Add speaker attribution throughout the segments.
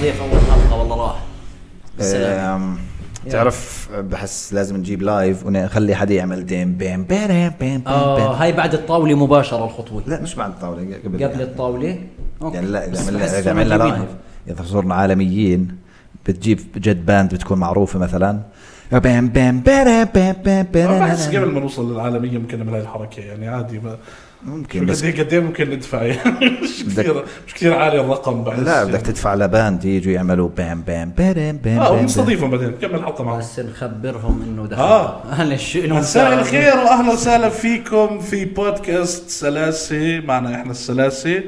Speaker 1: ضيف اول حلقه والله راح بالسلامه
Speaker 2: أم، تعرف بحس لازم نجيب لايف ونخلي حدا يعمل ديم بيم بيم بيم
Speaker 1: اه
Speaker 2: بيم
Speaker 1: هاي بعد الطاوله مباشره الخطوه
Speaker 2: لا مش بعد الطاوله قبل
Speaker 1: قبل الطاوله أوكي.
Speaker 2: يعني لا
Speaker 1: بس
Speaker 2: اذا عملنا
Speaker 1: بحس
Speaker 2: اذا عملنا
Speaker 1: مجيبينها.
Speaker 2: لايف اذا صرنا عالميين بتجيب جد باند بتكون معروفه مثلا بام بام بام بام بام
Speaker 3: أنا بحس
Speaker 2: بام
Speaker 3: قبل ما نوصل للعالميه ممكن نعمل هاي الحركه يعني عادي ما
Speaker 2: ممكن
Speaker 3: شو
Speaker 2: بس
Speaker 3: قد ايه قد ايه ممكن ندفع يعني مش كثير مش كثير عالي الرقم بحس
Speaker 2: لا بدك
Speaker 3: يعني.
Speaker 2: تدفع لباند يجوا يعملوا بام بام بام بام
Speaker 3: اه ونستضيفهم بعدين نكمل الحلقه معهم
Speaker 1: بس نخبرهم انه دخل
Speaker 3: آه.
Speaker 1: اهلا الشئن
Speaker 3: مساء الخير واهلا وسهلا فيكم في بودكاست سلاسي معنا احنا السلاسي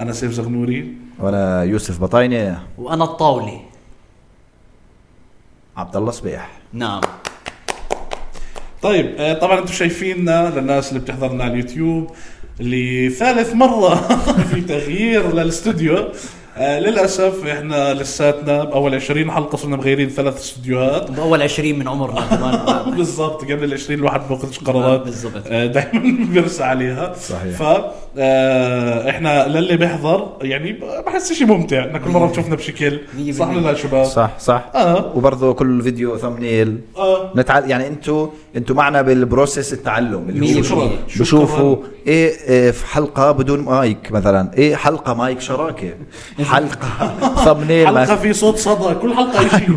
Speaker 3: انا سيف زغنوري
Speaker 2: وانا يوسف بطاينه
Speaker 1: وانا الطاوله
Speaker 2: عبد الله صبيح
Speaker 1: نعم
Speaker 3: طيب آه، طبعا انتم شايفيننا للناس اللي بتحضرنا على اليوتيوب لثالث مرة في تغيير للاستوديو آه، للأسف احنا لساتنا بأول 20 حلقة صرنا مغيرين ثلاث استوديوهات
Speaker 1: باول 20 من عمرنا كمان
Speaker 3: بالضبط قبل ال 20 الواحد ما بياخذش
Speaker 1: آه،
Speaker 3: قرارات
Speaker 1: بالضبط.
Speaker 3: دائما بيرسى عليها
Speaker 2: صحيح.
Speaker 3: ف آه، احنا للي بيحضر يعني بحس شيء ممتع احنا كل مره بتشوفنا بشكل
Speaker 1: مية
Speaker 3: صح ولا
Speaker 1: بالمية.
Speaker 3: لا شباب؟
Speaker 2: صح صح
Speaker 3: اه
Speaker 2: وبرضه كل فيديو ثمنيل
Speaker 3: اه
Speaker 2: نتعلم يعني انتوا انتوا معنا بالبروسيس التعلم اللي
Speaker 1: مية
Speaker 2: هو
Speaker 1: بالمية.
Speaker 3: شكراً.
Speaker 2: بشوفوا ايه إيه في حلقه بدون مايك مثلا ايه حلقه مايك شراكه حلقه ثمنيل
Speaker 3: حلقه
Speaker 2: ما-
Speaker 3: في صوت صدى كل حلقه شيء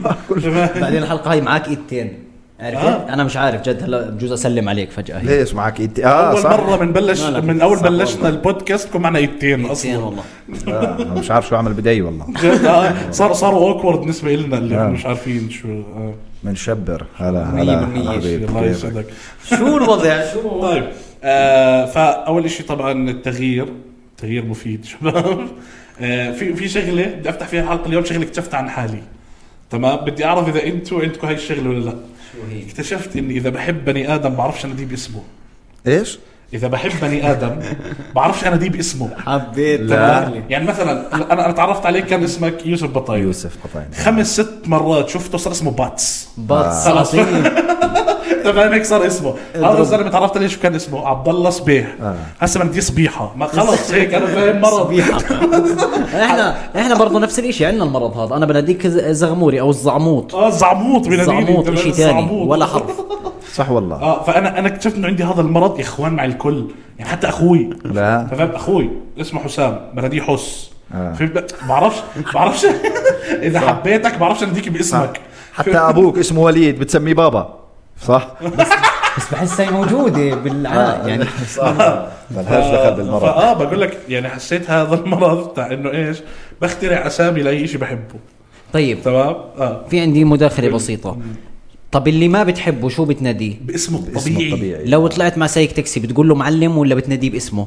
Speaker 1: بعدين الحلقه هاي معاك ايدتين عرفت؟
Speaker 3: آه.
Speaker 1: انا مش عارف جد هلا بجوز اسلم عليك فجاه هيك.
Speaker 2: ليش معك انت اه
Speaker 3: اول
Speaker 2: صح
Speaker 3: مره بنبلش
Speaker 1: لا، لا،
Speaker 3: من اول
Speaker 1: صح
Speaker 3: بلشنا
Speaker 2: والله.
Speaker 3: البودكاست كان معنا ايدتين
Speaker 1: ايدتين
Speaker 3: اصلا
Speaker 1: والله
Speaker 2: آه، أنا مش عارف شو اعمل بدي والله
Speaker 3: جد آه، صار صاروا اوكورد بالنسبه لنا اللي
Speaker 2: آه.
Speaker 3: مش عارفين شو آه.
Speaker 2: بنشبر هلا
Speaker 1: مية
Speaker 2: هلا
Speaker 1: بالمية.
Speaker 2: حبيبي،
Speaker 3: الله
Speaker 2: كيفك؟
Speaker 3: يسعدك
Speaker 1: شو الوضع؟ شو
Speaker 3: طيب آه فاول شيء طبعا التغيير تغيير مفيد شباب آه في في شغله بدي افتح فيها الحلقه اليوم شغله اكتشفت عن حالي تمام بدي اعرف اذا انتوا عندكم هاي الشغله ولا لا
Speaker 1: شو هي؟
Speaker 3: اكتشفت اني اذا بحب بني ادم بعرفش انا دي باسمه
Speaker 2: ايش؟
Speaker 3: اذا بحب بني ادم بعرفش انا دي باسمه
Speaker 1: حبيت
Speaker 2: لا.
Speaker 1: تمام.
Speaker 3: يعني مثلا انا انا تعرفت عليك كان اسمك يوسف بطايوس
Speaker 2: يوسف قطعين
Speaker 3: خمس ست مرات شفته صار اسمه باتس
Speaker 1: بطس
Speaker 3: خلاص.
Speaker 1: عظيم
Speaker 3: تمام هيك صار اسمه هذا
Speaker 1: اضرب.
Speaker 3: الزلمه تعرفت عليه شو كان اسمه عبد الله صبيح
Speaker 2: إيه، آه.
Speaker 3: هسه بدي صبيحه ما خلص هيك انا فاهم مرض
Speaker 1: صبيحة. احنا احنا برضه نفس الشيء عندنا المرض هذا انا بناديك ز- زغموري او الزعموط
Speaker 3: اه زعموط بناديني.
Speaker 1: زعموط
Speaker 3: تمام،
Speaker 1: شيء ثاني
Speaker 3: زعموط.
Speaker 1: ولا حرف
Speaker 2: صح والله
Speaker 3: اه فانا انا اكتشفت انه عندي هذا المرض يا اخوان مع الكل يعني حتى اخوي
Speaker 2: لا.
Speaker 3: فاهم اخوي اسمه حسام بناديه حس
Speaker 2: آه.
Speaker 3: في- بعرفش بعرفش اذا حبيتك بعرفش انديك باسمك
Speaker 2: حتى ابوك اسمه وليد بتسميه بابا صح؟
Speaker 1: بس بحسها موجوده بالعناء يعني
Speaker 2: صح ملهاش دخل بالمرض
Speaker 3: فاه آه، بقول لك يعني حسيت هذا المرض تاع انه ايش بخترع اسامي لاي شيء بحبه
Speaker 1: طيب
Speaker 3: تمام اه
Speaker 1: في عندي مداخله بسيطه طب اللي ما بتحبه شو بتناديه
Speaker 3: باسمه
Speaker 2: اسمه
Speaker 3: الطبيعي
Speaker 2: الطبيعي
Speaker 1: لو طلعت مع سايق تاكسي بتقول له معلم ولا بتناديه باسمه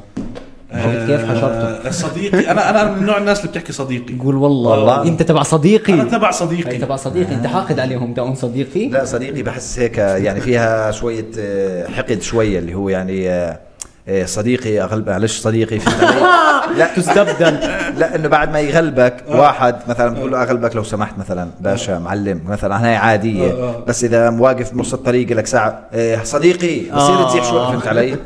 Speaker 1: عرفت كيف حشرته
Speaker 3: آه، صديقي انا انا من نوع الناس اللي بتحكي صديقي
Speaker 1: يقول والله,
Speaker 2: والله.
Speaker 1: انت تبع
Speaker 3: انا
Speaker 1: صديقي
Speaker 3: تبع
Speaker 1: هي
Speaker 3: صديقي
Speaker 1: تبع صديقي انت حاقد عليهم دعون صديقي
Speaker 2: لا صديقي بحس هيك يعني فيها شوية آه، حقد شوية اللي هو يعني آه، آه، صديقي أغلب معلش صديقي في لا
Speaker 1: تستبدل
Speaker 2: لا انه بعد ما يغلبك
Speaker 3: آه.
Speaker 2: واحد مثلا بقول له اغلبك لو سمحت مثلا باشا معلم مثلا هاي
Speaker 3: آه،
Speaker 2: عاديه
Speaker 3: آه.
Speaker 2: بس اذا مواقف بنص الطريق لك ساعه إيه، صديقي بصير
Speaker 1: آه.
Speaker 2: تزيح شوي فهمت علي؟
Speaker 3: آه.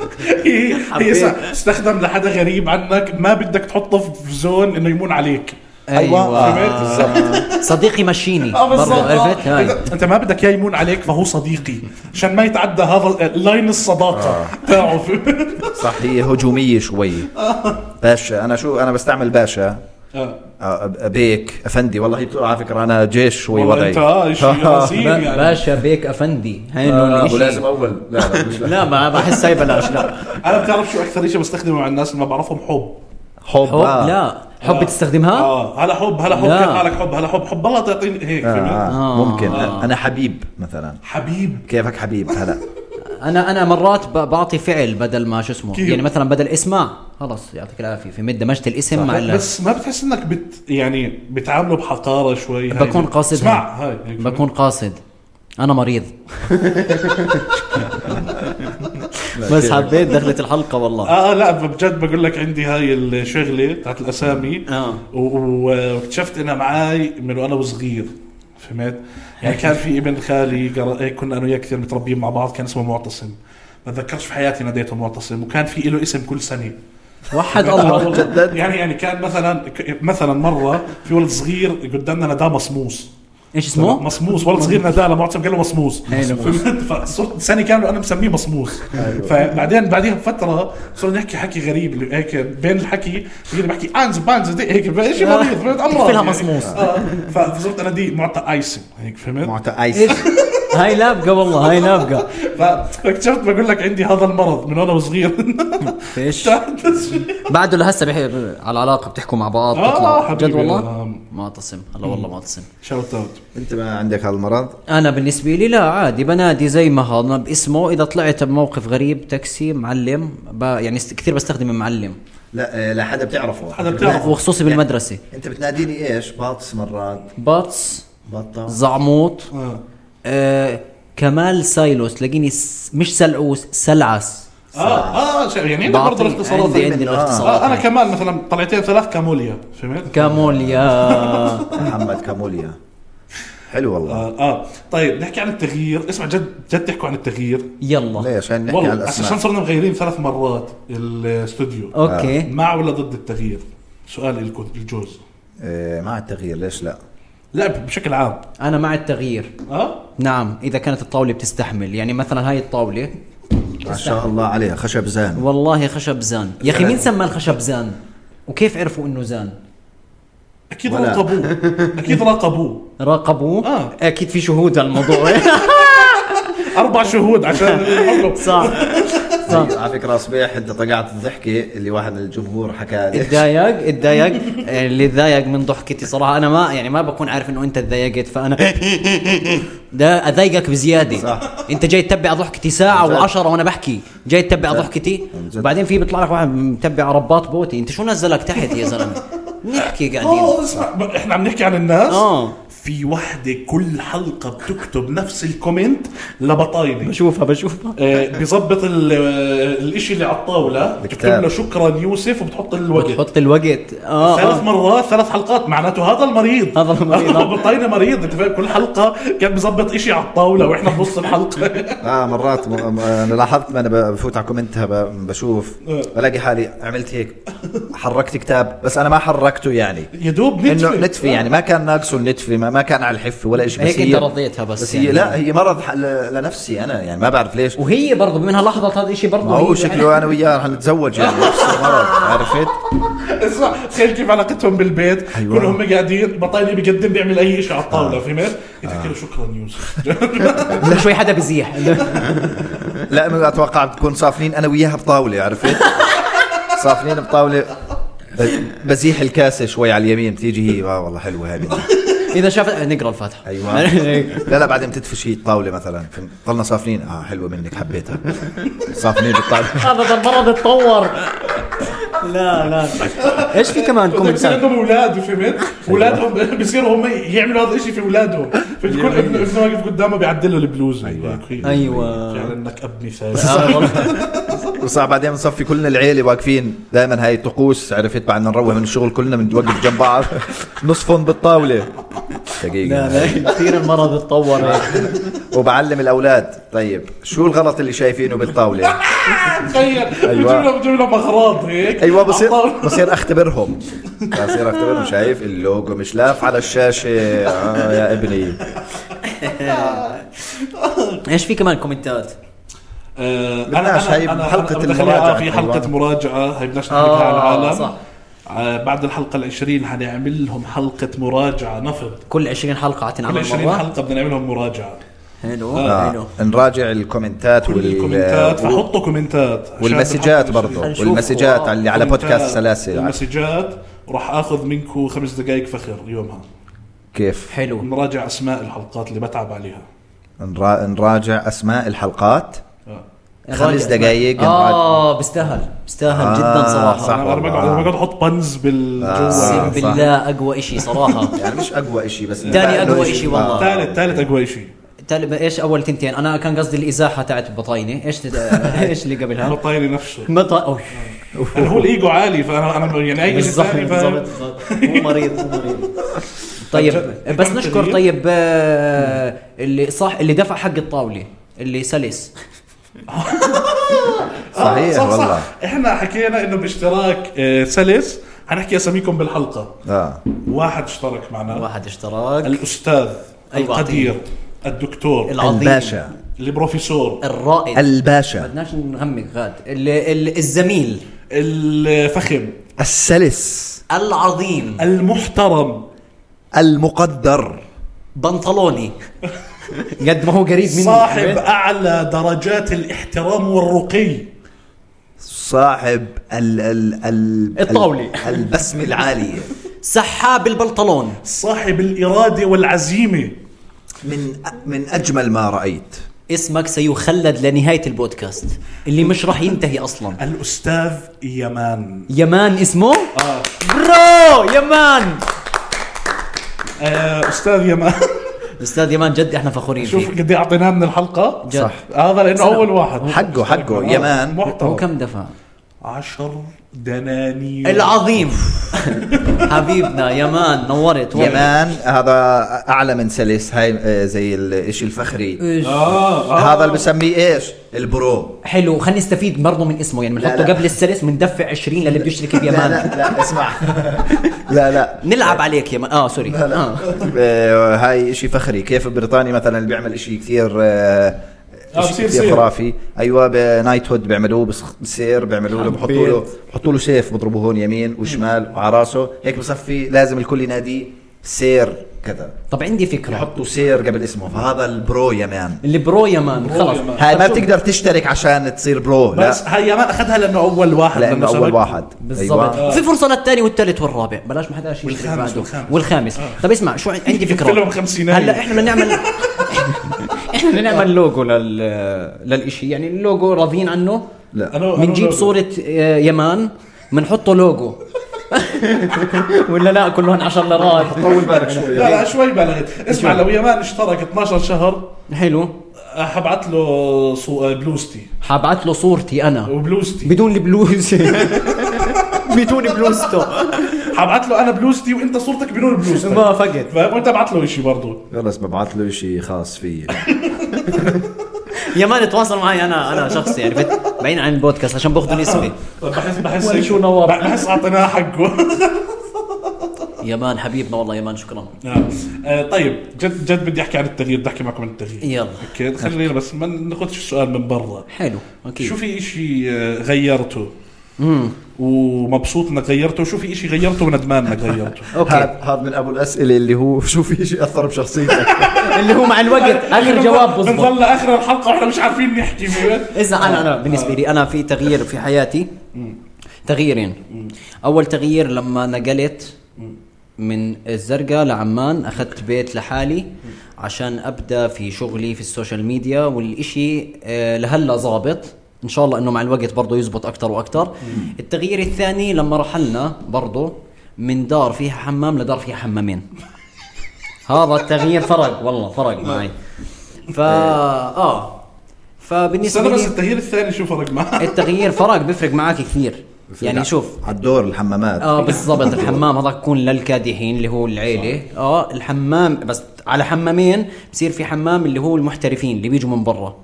Speaker 3: هي هي
Speaker 1: حبيت.
Speaker 3: إيه، سا- استخدم لحدا غريب عنك ما بدك تحطه في زون انه يمون عليك
Speaker 2: أيوة.
Speaker 3: فهمت؟ بالظبط.
Speaker 1: أيوة. صديقي مشيني
Speaker 3: اه بالظبط
Speaker 1: برضو
Speaker 3: أيوة. آه.
Speaker 1: عرفت هاي
Speaker 3: انت- انت ما بدك اياه يمون عليك فهو صديقي عشان ما يتعدى هذا ال- لاين الصداقه تاعه في-
Speaker 2: صح هي هجوميه شوي باشا انا شو انا بستعمل باشا
Speaker 3: آه.
Speaker 2: آه، بيك افندي والله هي بتقول على فكره انا جيش شوي
Speaker 3: والله
Speaker 2: وضعي
Speaker 3: انت آه، شيء عظيم
Speaker 1: ب-
Speaker 3: يعني
Speaker 1: باشا بيك افندي هاي
Speaker 2: آه،
Speaker 1: إنه
Speaker 2: أبو
Speaker 1: الإشي.
Speaker 2: لازم اول لا لا مش لا
Speaker 1: لا ما بحس هاي بلاش لا
Speaker 3: انا بتعرف شو اكثر شيء بستخدمه مع الناس اللي ما بعرفهم حب
Speaker 2: حب
Speaker 1: حب
Speaker 2: آه.
Speaker 1: لا حب
Speaker 3: آه.
Speaker 1: تستخدمها
Speaker 3: اه هلا حب هلا حب
Speaker 1: لا.
Speaker 3: كيف حالك حب هلا حب حب الله تعطيني هيك
Speaker 2: آه،
Speaker 3: فهمت؟
Speaker 2: آه.
Speaker 1: آه.
Speaker 2: ممكن انا حبيب مثلا
Speaker 3: حبيب
Speaker 2: كيفك حبيب هلا
Speaker 1: انا انا مرات ب- بعطي فعل بدل ما شو اسمه
Speaker 3: كيف؟
Speaker 1: يعني مثلا بدل اسمع خلص يعطيك العافيه في مد دمجت الاسم مع ال-
Speaker 3: بس ما بتحس انك بت يعني بتعامله بحقاره شوي هاي.
Speaker 1: بكون قاصد
Speaker 3: اسمع هاي هيك.
Speaker 1: بكون قاصد انا مريض بس حبيت دخلت الحلقه والله
Speaker 3: اه لا بجد بقول لك عندي هاي الشغله تاعت الاسامي
Speaker 1: آه.
Speaker 3: و- و- واكتشفت انها معاي من وانا وصغير فهمت؟ يعني كان في ابن خالي قر- هيك كنا انا وياه كثير متربيين مع بعض كان اسمه معتصم ما اتذكرش في حياتي ناديته معتصم وكان في له اسم كل سنه
Speaker 1: وحد الله
Speaker 4: جدد
Speaker 3: يعني يعني كان مثلا مثلا مره في ولد صغير قدامنا ناداه مصموص
Speaker 1: ايش اسمه؟
Speaker 3: مصموص ولد صغير ناداه لمعتصم قال له مصموص
Speaker 1: حلو.
Speaker 3: فهمت؟ فصرت سنه كامله انا مسميه مصموص فبعدين بعديها بفتره صرنا نحكي حكي غريب اللي هيك بين الحكي بيجي بحكي انز بانز دي هيك شيء مريض فهمت امراض
Speaker 1: كفلها
Speaker 3: يعني.
Speaker 1: مصموص.
Speaker 3: آه. فصرت انا دي معطى ايسم هيك فهمت
Speaker 2: معطى ايس
Speaker 1: ايش؟ هاي لابقه والله هاي لابقه
Speaker 3: فاكتشفت بقول لك عندي هذا المرض من وانا صغير
Speaker 1: فيش بعده لهسه بح- على العلاقه بتحكوا مع بعض
Speaker 3: آه،
Speaker 1: تطلعوا
Speaker 3: حبيبي.
Speaker 1: جد والله
Speaker 3: آه.
Speaker 1: معتصم هلا والله معتصم
Speaker 3: شوت اوت
Speaker 2: انت ما عندك هالمرض
Speaker 1: انا بالنسبه لي لا عادي بنادي زي ما هذا باسمه اذا طلعت بموقف غريب تاكسي معلم ب... يعني است- كثير بستخدم معلم
Speaker 2: لا آه، لا حدا بتعرفه
Speaker 3: حدا بتعرفه.
Speaker 1: وخصوصي بالمدرسه
Speaker 2: انت بتناديني ايش باطس مرات
Speaker 1: بطس
Speaker 2: بطه
Speaker 1: زعموط
Speaker 3: آه.
Speaker 1: آه كمال سايلوس تلاقيني س... مش سلعوس سلعس
Speaker 3: اه اه شو- يعني عندك برضه
Speaker 1: بعطي-
Speaker 3: الاختصارات
Speaker 1: عندي عندي
Speaker 2: آه.
Speaker 1: الاختصارات
Speaker 3: آه انا كمان مثلا طلعتين ثلاث كاموليا فهمت؟
Speaker 1: كامول يا
Speaker 2: محمد كاموليا حلو والله
Speaker 3: آه, اه طيب نحكي عن التغيير اسمع جد جد تحكوا عن التغيير
Speaker 1: يلا
Speaker 2: ليش عشان نحكي على
Speaker 3: والله عشان
Speaker 2: الاسماء
Speaker 3: صرنا مغيرين ثلاث مرات الاستوديو
Speaker 1: اوكي
Speaker 3: مع ولا ضد التغيير سؤال لكم الجوز
Speaker 2: آه، مع التغيير ليش لا
Speaker 3: لا بشكل عام
Speaker 1: انا مع التغيير
Speaker 3: اه
Speaker 1: نعم اذا كانت الطاوله بتستحمل يعني مثلا هاي الطاوله
Speaker 2: ما شاء الله عليها خشب زان
Speaker 1: والله خشب زان يا اخي مين سمى الخشب زان وكيف عرفوا انه زان
Speaker 3: اكيد
Speaker 2: ولا.
Speaker 3: راقبوه اكيد راقبوه
Speaker 1: راقبوه
Speaker 3: آه.
Speaker 1: اكيد في شهود على الموضوع
Speaker 3: اربع شهود عشان يحكوا.
Speaker 1: صح صح
Speaker 2: على فكره صبيح انت طقعت الضحكه اللي واحد من الجمهور حكى لي
Speaker 1: اتضايق اتضايق اللي اتضايق من ضحكتي صراحه انا ما يعني ما بكون عارف انه انت اتضايقت فانا ده اضايقك بزياده
Speaker 2: صح.
Speaker 1: انت جاي تتبع ضحكتي ساعه
Speaker 2: عن جد.
Speaker 1: و10 وانا بحكي جاي تتبع ضحكتي
Speaker 2: عن جد.
Speaker 1: وبعدين في بيطلع لك واحد متبع رباط بوتي انت شو نزلك تحت يا زلمه نحكي قاعدين
Speaker 3: اه اسمع ب- احنا عم نحكي عن الناس
Speaker 1: آه.
Speaker 3: في وحده كل حلقه بتكتب نفس الكومنت لبطايني
Speaker 1: بشوفها بشوفها
Speaker 3: آه، بيظبط ال- آه، الاشي اللي على الطاوله بتكتب
Speaker 2: الكتاب.
Speaker 3: له شكرا يوسف وبتحط الوقت
Speaker 1: بتحط الوقت اه
Speaker 3: ثلاث
Speaker 1: آه.
Speaker 3: مرات ثلاث حلقات معناته هذا المريض
Speaker 1: هذا المريض. آه.
Speaker 3: بطينا مريض انت فاهم كل حلقه كان بظبط اشي على الطاوله واحنا بنص الحلقه
Speaker 2: اه مرات م... م- انا لاحظت ما انا ب- بفوت على كومنتها ب... بشوف بلاقي حالي عملت هيك حركت كتاب بس انا ما حركته يعني
Speaker 3: يا دوب
Speaker 2: انه
Speaker 3: نتفي
Speaker 2: نتفي يعني ما كان ناقصه النتفي ما, ما كان على الحفه ولا شيء
Speaker 1: هيك انت رضيتها بس
Speaker 2: بس
Speaker 1: يعني.
Speaker 2: هي لا هي مرض ح- ل- لنفسي انا يعني ما بعرف ليش
Speaker 1: وهي برضه منها لحظه هذا الشيء برضه
Speaker 2: ما هو شكله انا وياه رح نتزوج يعني نفس المرض عرفت؟
Speaker 3: اسمع تخيل كيف علاقتهم بالبيت
Speaker 2: أيوة. آه.
Speaker 3: كلهم قاعدين بطيني بيقدم بيعمل اي شيء على الطاوله فهمت؟ يتحكي له شكرا يوسف
Speaker 1: يعني شوي حدا بزيح
Speaker 2: لا أنا اتوقع بتكون صافنين انا وياها بطاوله عرفت؟ صافنين بطاوله ب- بزيح الكاسه شوي على اليمين بتيجي هي آه والله حلوه هذه
Speaker 1: اذا شافت نقرا الفاتحه
Speaker 2: ايوه لا لا بعدين بتدفش هي الطاوله مثلا ضلنا صافنين اه حلوه منك حبيتها صافنين بالطاوله
Speaker 1: هذا المرض اتطور لا لا ايش في كمان
Speaker 3: بصير
Speaker 1: كومنتات
Speaker 3: عندهم اولاد فهمت؟
Speaker 2: أيوة.
Speaker 3: اولادهم بيصيروا هم يعملوا هذا الشيء في اولادهم فكل ابن ابنه واقف قدامه بيعدل له البلوز ايوه
Speaker 1: أيوة.
Speaker 3: فعلا انك اب مثال
Speaker 1: آه والله.
Speaker 2: وصار بعدين بنصفي كلنا العيله واقفين دائما هاي طقوس عرفت بعد ما نروح من الشغل كلنا بنوقف جنب بعض نصفن بالطاوله
Speaker 1: لا
Speaker 2: دقيقه
Speaker 1: لا كثير المرض اتطور
Speaker 2: وبعلم الاولاد طيب شو الغلط اللي شايفينه بالطاوله
Speaker 3: تخيل
Speaker 2: أيوة.
Speaker 3: بجيب له بجيب له مخراط هيك
Speaker 2: ايوه بصير
Speaker 3: عطاوله.
Speaker 2: بصير اختبرهم بصير اختبرهم شايف اللوجو مش لاف على الشاشه آه يا ابني
Speaker 1: ايش في كمان كومنتات
Speaker 3: آه،
Speaker 2: بدناش هاي حلقة
Speaker 3: أنا بدخل
Speaker 2: المراجعة
Speaker 3: آه، في حلقة
Speaker 2: حيوان.
Speaker 3: مراجعة هاي بدناش نحكي
Speaker 1: آه،
Speaker 3: على العالم
Speaker 1: صح.
Speaker 3: آه، بعد الحلقة العشرين حنعمل لهم حلقة مراجعة نفض
Speaker 1: كل 20 حلقه
Speaker 3: كل
Speaker 1: حتنعمل
Speaker 3: 20
Speaker 1: مره
Speaker 3: حلقة بدنا نعملهم مراجعة
Speaker 1: حلو حلو
Speaker 2: آه. نراجع الكومنتات
Speaker 3: كل
Speaker 2: وال
Speaker 3: الكومنتات فحطوا كومنتات عشان
Speaker 2: والمسجات
Speaker 3: الحلقة
Speaker 2: برضه
Speaker 1: هنشوفه.
Speaker 2: والمسجات
Speaker 3: آه.
Speaker 2: على- اللي على
Speaker 3: كومنتات،
Speaker 2: بودكاست سلاسل
Speaker 3: المسجات وراح اخذ منكم خمس دقائق فخر يومها
Speaker 2: كيف
Speaker 1: حلو
Speaker 3: نراجع اسماء الحلقات اللي بتعب عليها
Speaker 2: نرا- نراجع اسماء الحلقات
Speaker 3: آه.
Speaker 2: خمس دقايق
Speaker 1: اه بيستاهل بيستاهل
Speaker 2: آه،
Speaker 1: جدا صراحه
Speaker 2: صح.
Speaker 1: صح
Speaker 3: انا أنا
Speaker 2: والله.
Speaker 3: بقعد أنا بقعد احط بنز بالجوال
Speaker 2: آه.
Speaker 1: اقسم بالله اقوى شيء صراحه
Speaker 2: يعني مش اقوى شيء بس
Speaker 1: تاني أقوى إشي والله.
Speaker 2: آه.
Speaker 3: ثالث ثالث اقوى شيء
Speaker 1: تل- ايش اول تنتين انا كان قصدي الازاحه تاعت بطاينه ايش ايش اللي قبلها
Speaker 3: بطايني نفسه
Speaker 1: مطا أوه.
Speaker 3: انا هو الايجو عالي فانا انا يعني اي شيء
Speaker 1: بالظبط
Speaker 3: ثاني فاهم
Speaker 1: بالظبط بالظبط. هو مريض هو مريض طيب
Speaker 3: جد-
Speaker 1: بس
Speaker 3: كم
Speaker 1: نشكر
Speaker 3: تغيير؟
Speaker 1: طيب آه، اللي صح اللي دفع حق الطاوله اللي سلس
Speaker 2: صحيح
Speaker 3: آه، صح
Speaker 2: والله.
Speaker 3: صح احنا حكينا انه باشتراك آه، سلس حنحكي اساميكم بالحلقه
Speaker 2: اه
Speaker 3: واحد اشترك معنا
Speaker 1: واحد اشتراك
Speaker 3: الاستاذ
Speaker 1: أيوة.
Speaker 3: القدير الدكتور
Speaker 1: العظيم
Speaker 2: الباشا
Speaker 3: البروفيسور
Speaker 1: الرائد
Speaker 2: الباشا
Speaker 1: بدناش نغمق غاد ال- ال- الزميل
Speaker 3: الفخم
Speaker 2: السلس
Speaker 1: العظيم
Speaker 3: المحترم
Speaker 2: المقدر
Speaker 1: بنطلوني قد ما هو قريب مني
Speaker 3: صاحب اعلى درجات الاحترام والرقي
Speaker 2: صاحب ال ال ال
Speaker 1: الطاولة.
Speaker 2: البسمة العالية
Speaker 1: سحاب البنطلون
Speaker 3: صاحب الاراده والعزيمه
Speaker 2: من من اجمل ما رايت
Speaker 1: اسمك سيخلد لنهاية البودكاست اللي مش راح ينتهي أصلا
Speaker 3: الاستاذ يمان
Speaker 1: يمان اسمه؟
Speaker 3: آه.
Speaker 1: برو يمان
Speaker 3: آه، استاذ يمان
Speaker 1: أستاذ يمان جد احنا فخورين
Speaker 3: شوف
Speaker 1: فيك
Speaker 3: قد ايه اعطيناه من الحلقه
Speaker 1: إيه. جد. صح.
Speaker 3: هذا لانه
Speaker 1: سلام.
Speaker 3: اول واحد
Speaker 2: حقه- حقه. يمان.
Speaker 1: هو
Speaker 3: محترم
Speaker 1: كم دفع؟
Speaker 3: 10 دنانير
Speaker 1: العظيم حبيبنا يمان نورت والله.
Speaker 2: يمان هذا اعلى من سلس هاي آه، زي الشيء الفخري
Speaker 1: إيش.
Speaker 3: آه, آه.
Speaker 2: هذا اللي بسميه ايش البرو
Speaker 1: حلو خلينا نستفيد برضه من اسمه يعني
Speaker 2: لا،
Speaker 1: بنحطه
Speaker 2: لا.
Speaker 1: قبل السلس بندفع 20 للي بيشترك
Speaker 2: لا
Speaker 1: بيمان
Speaker 2: لا لا اسمع لا لا
Speaker 1: نلعب عليك يا مان اه سوري
Speaker 2: لا لا
Speaker 1: آه.
Speaker 2: آه، هاي شيء فخري كيف بريطانيا مثلا اللي بيعمل شيء كثير آه،
Speaker 3: آه،
Speaker 2: إشي
Speaker 3: بصير-
Speaker 2: كثير
Speaker 3: بصير.
Speaker 2: خرافي ايوه بنايت هود بيعملوه بس- بصير بيعملوا له بحطوا له بحطوا له سيف بضربوه هون يمين وشمال وعلى راسه هيك بصفي لازم الكل يناديه سير كذا
Speaker 1: طب عندي فكرة
Speaker 2: بحطوا سير قبل اسمه فهذا البرو يا مان
Speaker 1: اللي برو يمان
Speaker 3: برو
Speaker 1: خلص
Speaker 3: يمان.
Speaker 2: هاي ما بتقدر تشترك عشان تصير برو لا
Speaker 3: بس هاي يمان اخذها لانه اول واحد
Speaker 2: لانه اول
Speaker 3: شارك.
Speaker 2: واحد
Speaker 1: بالضبط
Speaker 2: أيوة.
Speaker 1: أيوة. في فرصه للثاني والثالث والرابع بلاش ما حدا شيء
Speaker 3: والخامس، والخامس. آه.
Speaker 1: والخامس طب اسمع شو عن- عندي فكره
Speaker 3: لهم خمسينية.
Speaker 1: هلا احنا بدنا نعمل احنا بدنا نعمل لوجو لل للشيء يعني اللوجو راضيين عنه
Speaker 2: لا
Speaker 3: أنا- أنا
Speaker 1: بنجيب
Speaker 3: لوجو.
Speaker 1: صوره آه، يمان بنحطه لوجو ولا لا كلهم 10 ليرات
Speaker 2: طول بالك شوي
Speaker 3: لا لا شوي بلغت اسمع لو يمان اشترك 12 شهر
Speaker 1: حلو
Speaker 3: حبعت له صو... آه، بلوزتي
Speaker 1: حبعت له صورتي انا
Speaker 3: وبلوزتي
Speaker 1: بدون البلوز بدون بلوزته
Speaker 3: حبعت له انا بلوزتي وانت صورتك بدون بلوزتك
Speaker 1: ما فقد
Speaker 3: فاهم وانت بعت له شيء برضه
Speaker 2: خلص ببعث له شيء خاص فيي
Speaker 1: يمان تواصل معي انا انا شخصي يعني فت- بعيد عن البودكاست عشان باخذوا اسمي
Speaker 3: طب بحس بحس
Speaker 1: وين شو نور.
Speaker 3: بحس اعطيناه حقه
Speaker 1: يمان حبيبنا والله يمان شكرا
Speaker 3: آه. آه، طيب جد جد بدي احكي عن التغيير بدي احكي معكم عن التغيير
Speaker 1: يلا.
Speaker 3: اوكي خلينا بس ما ناخذش السؤال من برا
Speaker 1: حلو اكيد
Speaker 3: شو في اشي آه، غيرته ومبسوط انك غيرته وشو في اشي غيرته وندمان انك غيرته
Speaker 1: اوكي
Speaker 2: هذا من ابو الاسئله اللي هو شو في شيء اثر بشخصيتك
Speaker 1: اللي هو مع الوقت اخر جواب بظبط
Speaker 3: بنضل اخر الحلقه واحنا مش عارفين نحكي فهمت؟
Speaker 1: اذا انا انا بالنسبه لي انا في تغيير في حياتي تغييرين اول تغيير لما نقلت من الزرقاء لعمان اخذت بيت لحالي عشان ابدا في شغلي في السوشيال ميديا والاشي آه، لهلا ظابط ان شاء الله انه مع الوقت برضه يزبط اكتر واكتر التغيير الثاني لما رحلنا برضه من دار فيها حمام لدار فيها حمامين هذا التغيير فرق والله فرق معي فا اه
Speaker 3: بس
Speaker 1: فبالنسبه
Speaker 3: انا بس
Speaker 1: لي
Speaker 3: التغيير الثاني شو فرق معك؟
Speaker 1: التغيير فرق بيفرق معك كثير يعني شوف
Speaker 2: على الدور الحمامات
Speaker 1: اه بالضبط الحمام هذا يكون للكادحين اللي هو العيله اه الحمام بس على حمامين بصير في حمام اللي هو المحترفين اللي بيجوا من برا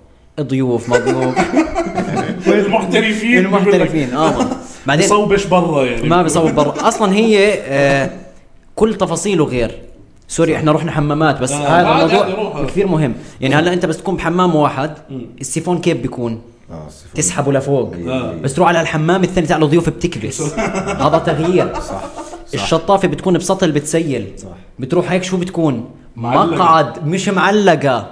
Speaker 1: ضيوف ما ضيوف
Speaker 3: المحترفين
Speaker 1: المحترفين اه بعدين
Speaker 3: بصوبش برا يعني
Speaker 1: ما بيصور برا اصلا هي آه كل تفاصيله غير سوري احنا رحنا حمامات بس
Speaker 3: آه،
Speaker 1: هذا
Speaker 3: عادي، عادي،
Speaker 1: الموضوع
Speaker 3: روح.
Speaker 1: كثير مهم يعني هلا انت بس تكون بحمام واحد السيفون كيف بيكون
Speaker 2: آه، صفر. طيب.
Speaker 1: تسحبه لفوق
Speaker 3: آه.
Speaker 1: بس تروح على الحمام الثاني تاع ضيوف بتكبس هذا تغيير صح الشطافه بتكون بسطل بتسيل صح بتروح هيك شو بتكون
Speaker 3: معلقة.
Speaker 1: مقعد مش معلقه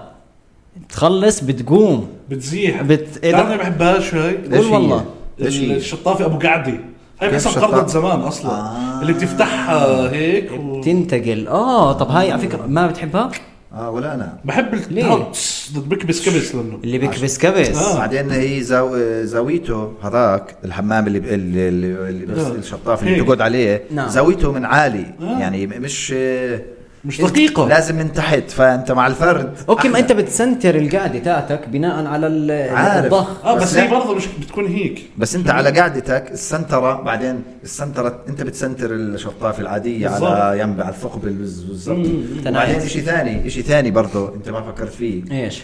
Speaker 1: تخلص بتقوم
Speaker 3: بتزيح
Speaker 1: بت- إيه ده؟
Speaker 3: بتعرف ما بحبهاش هاي
Speaker 1: قول والله
Speaker 2: ليش هي؟
Speaker 3: الشطافه ابو قعدي هاي بحسها
Speaker 2: الشطافة؟
Speaker 3: انقرضت زمان اصلا آه. اللي بتفتحها هيك و...
Speaker 1: تنتقل اه طب هاي على فكره ما بتحبها
Speaker 2: اه ولا انا
Speaker 3: بحب
Speaker 1: ليه؟ إيه.
Speaker 3: التاو- تس- بكبس كبس لانه
Speaker 1: اللي بكبس كبس
Speaker 3: آه.
Speaker 2: بعدين هي زاو... زاويته هذاك الحمام اللي ب... اللي, اللي اللي بس
Speaker 3: نعم.
Speaker 2: الشطاف اللي
Speaker 3: هيك.
Speaker 2: بتقعد عليه
Speaker 1: نعم.
Speaker 2: زاويته من عالي يعني مش
Speaker 3: مش دقيقة.
Speaker 2: لازم من تحت فانت مع الفرد
Speaker 1: اوكي ما
Speaker 2: أحلى.
Speaker 1: انت بتسنتر القعده تاعتك بناء على ال-
Speaker 2: عارف.
Speaker 1: الضخ
Speaker 3: اه بس,
Speaker 2: بس
Speaker 3: هي
Speaker 2: لا.
Speaker 3: برضه مش بتكون هيك
Speaker 2: بس انت على قعدتك السنتره بعدين السنتره انت بتسنتر الشطافه العاديه
Speaker 3: بالظبط.
Speaker 2: على يم على الثقب بالز- بالظبط
Speaker 1: تنعيم.
Speaker 2: بعدين شيء ثاني شيء ثاني برضه انت ما فكرت فيه
Speaker 1: ايش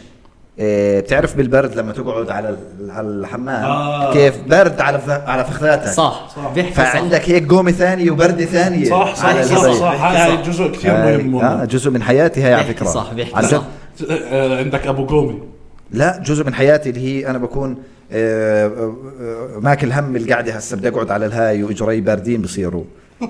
Speaker 2: إيه، بتعرف بالبرد لما تقعد على ال- على الحمام
Speaker 3: آه.
Speaker 2: كيف برد على ف- على فخذاتك
Speaker 1: صح
Speaker 3: صح.
Speaker 1: بيحكي صح
Speaker 2: فعندك هيك قومه ثانيه وبرده ثانيه
Speaker 3: صح صح
Speaker 2: على
Speaker 3: صح
Speaker 2: البرد.
Speaker 3: صح هاي هاي جزء كثير مهم
Speaker 2: آه جزء من حياتي هاي على
Speaker 1: بيحكي
Speaker 2: فكره
Speaker 1: صح، بيحكي
Speaker 2: عن جد-
Speaker 1: صح.
Speaker 3: آه، عندك ابو قومي
Speaker 2: لا جزء من حياتي اللي هي انا بكون آه، آه، آه، ماكل هم القعده هسه بدي اقعد على الهاي واجري باردين بصيروا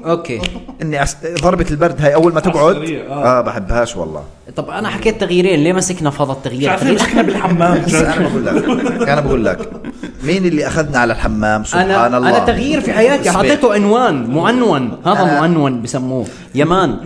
Speaker 1: اوكي
Speaker 2: اني أس... ضربه البرد هاي اول ما تقعد
Speaker 3: السريع، آه.
Speaker 2: اه بحبهاش والله
Speaker 1: طب انا حكيت تغييرين ليه مسكنا فضى
Speaker 3: مش
Speaker 1: التغيير
Speaker 3: عارفين
Speaker 1: خلينا
Speaker 3: احنا بالحمام
Speaker 2: بس انا بقول لك انا بقول لك مين اللي اخذنا على الحمام سبحان
Speaker 1: انا
Speaker 2: الله
Speaker 1: انا تغيير في حياتي
Speaker 2: اسمع.
Speaker 1: حطيته عنوان معنون هذا
Speaker 2: أنا-
Speaker 1: معنون بسموه يمان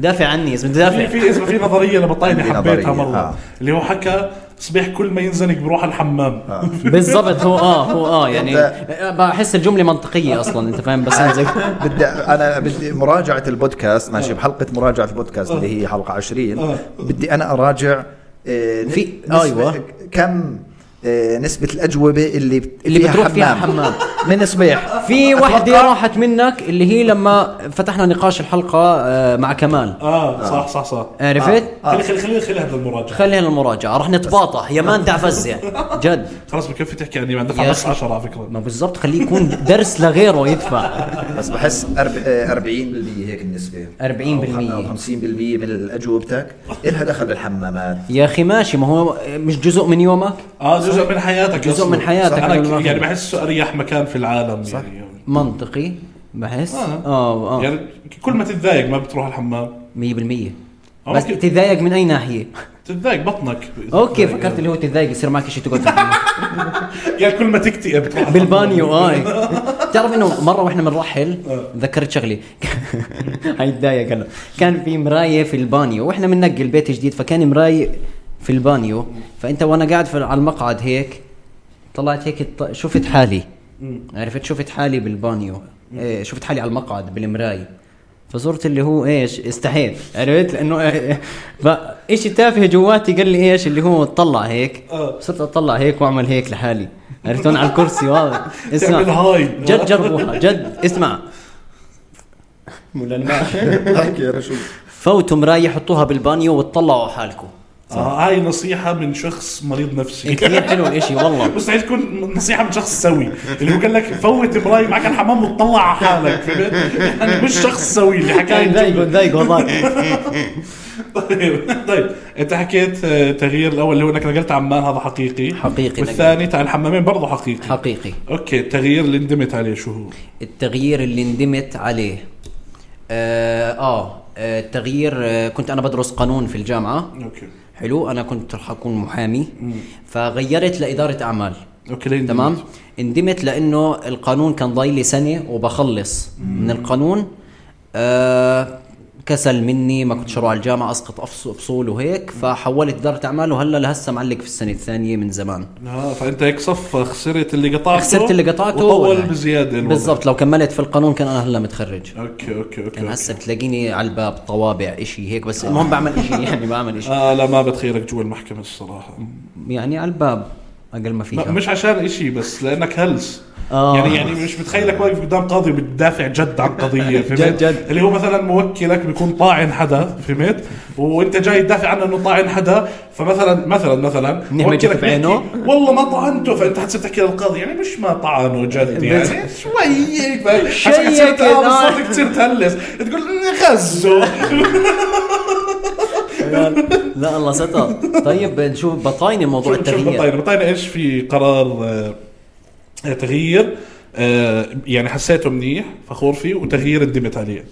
Speaker 1: دافع عني يا زلمه
Speaker 3: في
Speaker 1: دافع
Speaker 3: في اسمه في نظريه لبطاينه
Speaker 2: في
Speaker 3: حبيتها
Speaker 2: نظرية،
Speaker 3: مره
Speaker 2: آه.
Speaker 3: اللي هو حكى صبيح كل ما ينزنق بروح على الحمام
Speaker 1: بالضبط هو اه هو اه يعني
Speaker 2: أنت-
Speaker 1: بحس الجمله منطقيه اصلا انت فاهم بس أنا زي-
Speaker 2: بدي انا بدي مراجعه البودكاست ماشي بحلقه مراجعه البودكاست اللي هي حلقه 20 بدي انا اراجع آه،
Speaker 1: في-
Speaker 2: نسبة-
Speaker 1: أيوة.
Speaker 2: كم آه، نسبة الأجوبة اللي بت-
Speaker 1: اللي بتروح فيها حمام.
Speaker 2: من صبيح
Speaker 1: في
Speaker 2: أتوقع-
Speaker 1: وحده راحت منك اللي هي لما فتحنا نقاش الحلقه آه، مع كمال
Speaker 3: اه صح صح صح
Speaker 1: عرفت
Speaker 2: آه.
Speaker 3: خلي خلي خلي خلي هذا المراجعه
Speaker 1: خليها للمراجعه رح نتباطح يمان تعفز يعني جد
Speaker 3: خلاص بكفي تحكي عني ما عندك
Speaker 1: يا
Speaker 3: بس
Speaker 1: أخي. نعم.
Speaker 3: 10 على فكره
Speaker 1: ما بالضبط خليه يكون درس لغيره يدفع
Speaker 2: بس بحس أرب- آه، 40% هيك النسبة
Speaker 1: 40%.
Speaker 2: أو 50% من أجوبتك إلها دخل بالحمامات
Speaker 1: يا اخي ماشي ما هو مش جزء من يومك
Speaker 3: اه جزء من حياتك
Speaker 1: جزء
Speaker 3: أصلاً.
Speaker 1: من حياتك
Speaker 3: صح. انا
Speaker 1: أنا
Speaker 3: ك- يعني
Speaker 1: الواحد.
Speaker 3: بحسه اريح مكان في العالم صح. يعني
Speaker 1: منطقي بحس
Speaker 3: آه.
Speaker 1: اه اه
Speaker 3: يعني كل ما تتضايق ما بتروح الحمام
Speaker 1: 100%
Speaker 3: آه،
Speaker 1: بس
Speaker 3: أوكي.
Speaker 1: تتضايق من اي ناحيه
Speaker 3: تتضايق بطنك
Speaker 1: اوكي فكرت اللي هو تتضايق يصير معك شيء تقعد في البيت.
Speaker 3: يعني كل ما تكتئب بتروح على
Speaker 1: بالبانيو آه، اي تعرف انه مره واحنا بنرحل ذكرت شغلي هيتضايق هلا كان في مرايه في البانيو واحنا بننقل بيت جديد فكان مرايه في البانيو فانت وانا قاعد في على المقعد هيك طلعت هيك الط- شفت حالي عرفت شفت حالي بالبانيو إيه شفت حالي على المقعد بالمرايه فصرت اللي هو ايش استحيت عرفت لانه إيه، ف- إشي تافه جواتي قال لي ايش اللي هو اطلع هيك
Speaker 3: آه.
Speaker 1: صرت اطلع هيك واعمل هيك لحالي عرفت وأنا على الكرسي واضح
Speaker 3: تعمل
Speaker 1: اسمع
Speaker 3: هاي.
Speaker 1: جد جربوها جد اسمع
Speaker 2: احكي يا رجل
Speaker 1: فوتوا مرايه حطوها بالبانيو وتطلعوا على حالكم
Speaker 3: آه هاي نصيحه من شخص مريض نفسي
Speaker 1: كثير حلو الاشي والله
Speaker 3: مستحيل تكون نصيحه من شخص سوي اللي هو قال لك فوت مراي معك على الحمام وتطلع على حالك فهمت؟ يعني مش شخص سوي اللي حكى هاي
Speaker 1: ضايقوا
Speaker 3: الجملة.
Speaker 1: ضايقوا والله
Speaker 3: طيب طيب انت حكيت آه، تغيير الاول اللي هو انك نقلت عمان هذا حقيقي
Speaker 1: حقيقي
Speaker 3: والثاني تاع الحمامين برضه حقيقي
Speaker 1: حقيقي
Speaker 3: اوكي التغيير اللي ندمت عليه شو هو؟
Speaker 1: التغيير اللي ندمت عليه اه, آه آه، التغيير آه كنت انا بدرس قانون في الجامعه
Speaker 3: اوكي
Speaker 1: حلو انا كنت رح اكون محامي فغيرت لاداره اعمال
Speaker 3: اوكي ليه ندمت؟
Speaker 1: تمام اندمت لانه القانون كان ضايل لي سنه وبخلص من القانون آه كسل مني ما كنتش اروح على الجامعه اسقط أفص- فصول وهيك فحولت اداره اعمال وهلا لهسه معلق في السنه الثانيه من زمان
Speaker 3: اه فانت هيك صف خسرت اللي قطعته
Speaker 1: خسرت اللي قطعته
Speaker 3: وطول
Speaker 1: ولا-
Speaker 3: بزياده الوضع.
Speaker 1: بالضبط لو كملت في القانون كان انا هلا متخرج
Speaker 3: اوكي اوكي اوكي,
Speaker 1: يعني
Speaker 3: أوكي.
Speaker 1: هسه بتلاقيني على الباب طوابع اشي هيك بس المهم بعمل اشي يعني بعمل اشي
Speaker 3: اه لا ما بتخيرك جوا المحكمه الصراحه
Speaker 1: يعني على الباب اقل ما فيها
Speaker 3: ما مش عشان اشي بس لانك هلس
Speaker 1: آه.
Speaker 3: يعني يعني مش متخيلك واقف قدام قاضي وبتدافع جد عن قضيه فهمت؟
Speaker 1: جد- جد.
Speaker 3: اللي هو مثلا موكلك بيكون طاعن حدا فهمت؟ وانت جاي تدافع عنه انه طاعن حدا فمثلا مثلا مثلا
Speaker 1: نعمة
Speaker 3: موكلك
Speaker 1: جت بعينه.
Speaker 3: بيحكي والله ما طعنته فانت حتصير تحكي للقاضي يعني مش ما طعنه جد يعني شوي هيك فاهم؟
Speaker 1: شيء
Speaker 3: حسب تصير-
Speaker 1: كده.
Speaker 3: آه، بالضبط تصير تهلس تقول غزه
Speaker 1: لا الله ستر طيب نشوف بطاينه موضوع
Speaker 3: شوف- شوف
Speaker 1: التغيير
Speaker 3: بطاينة بطاينة ايش في قرار آه، آه، تغيير آه، يعني حسيته منيح فخور فيه وتغيير ندمت عليه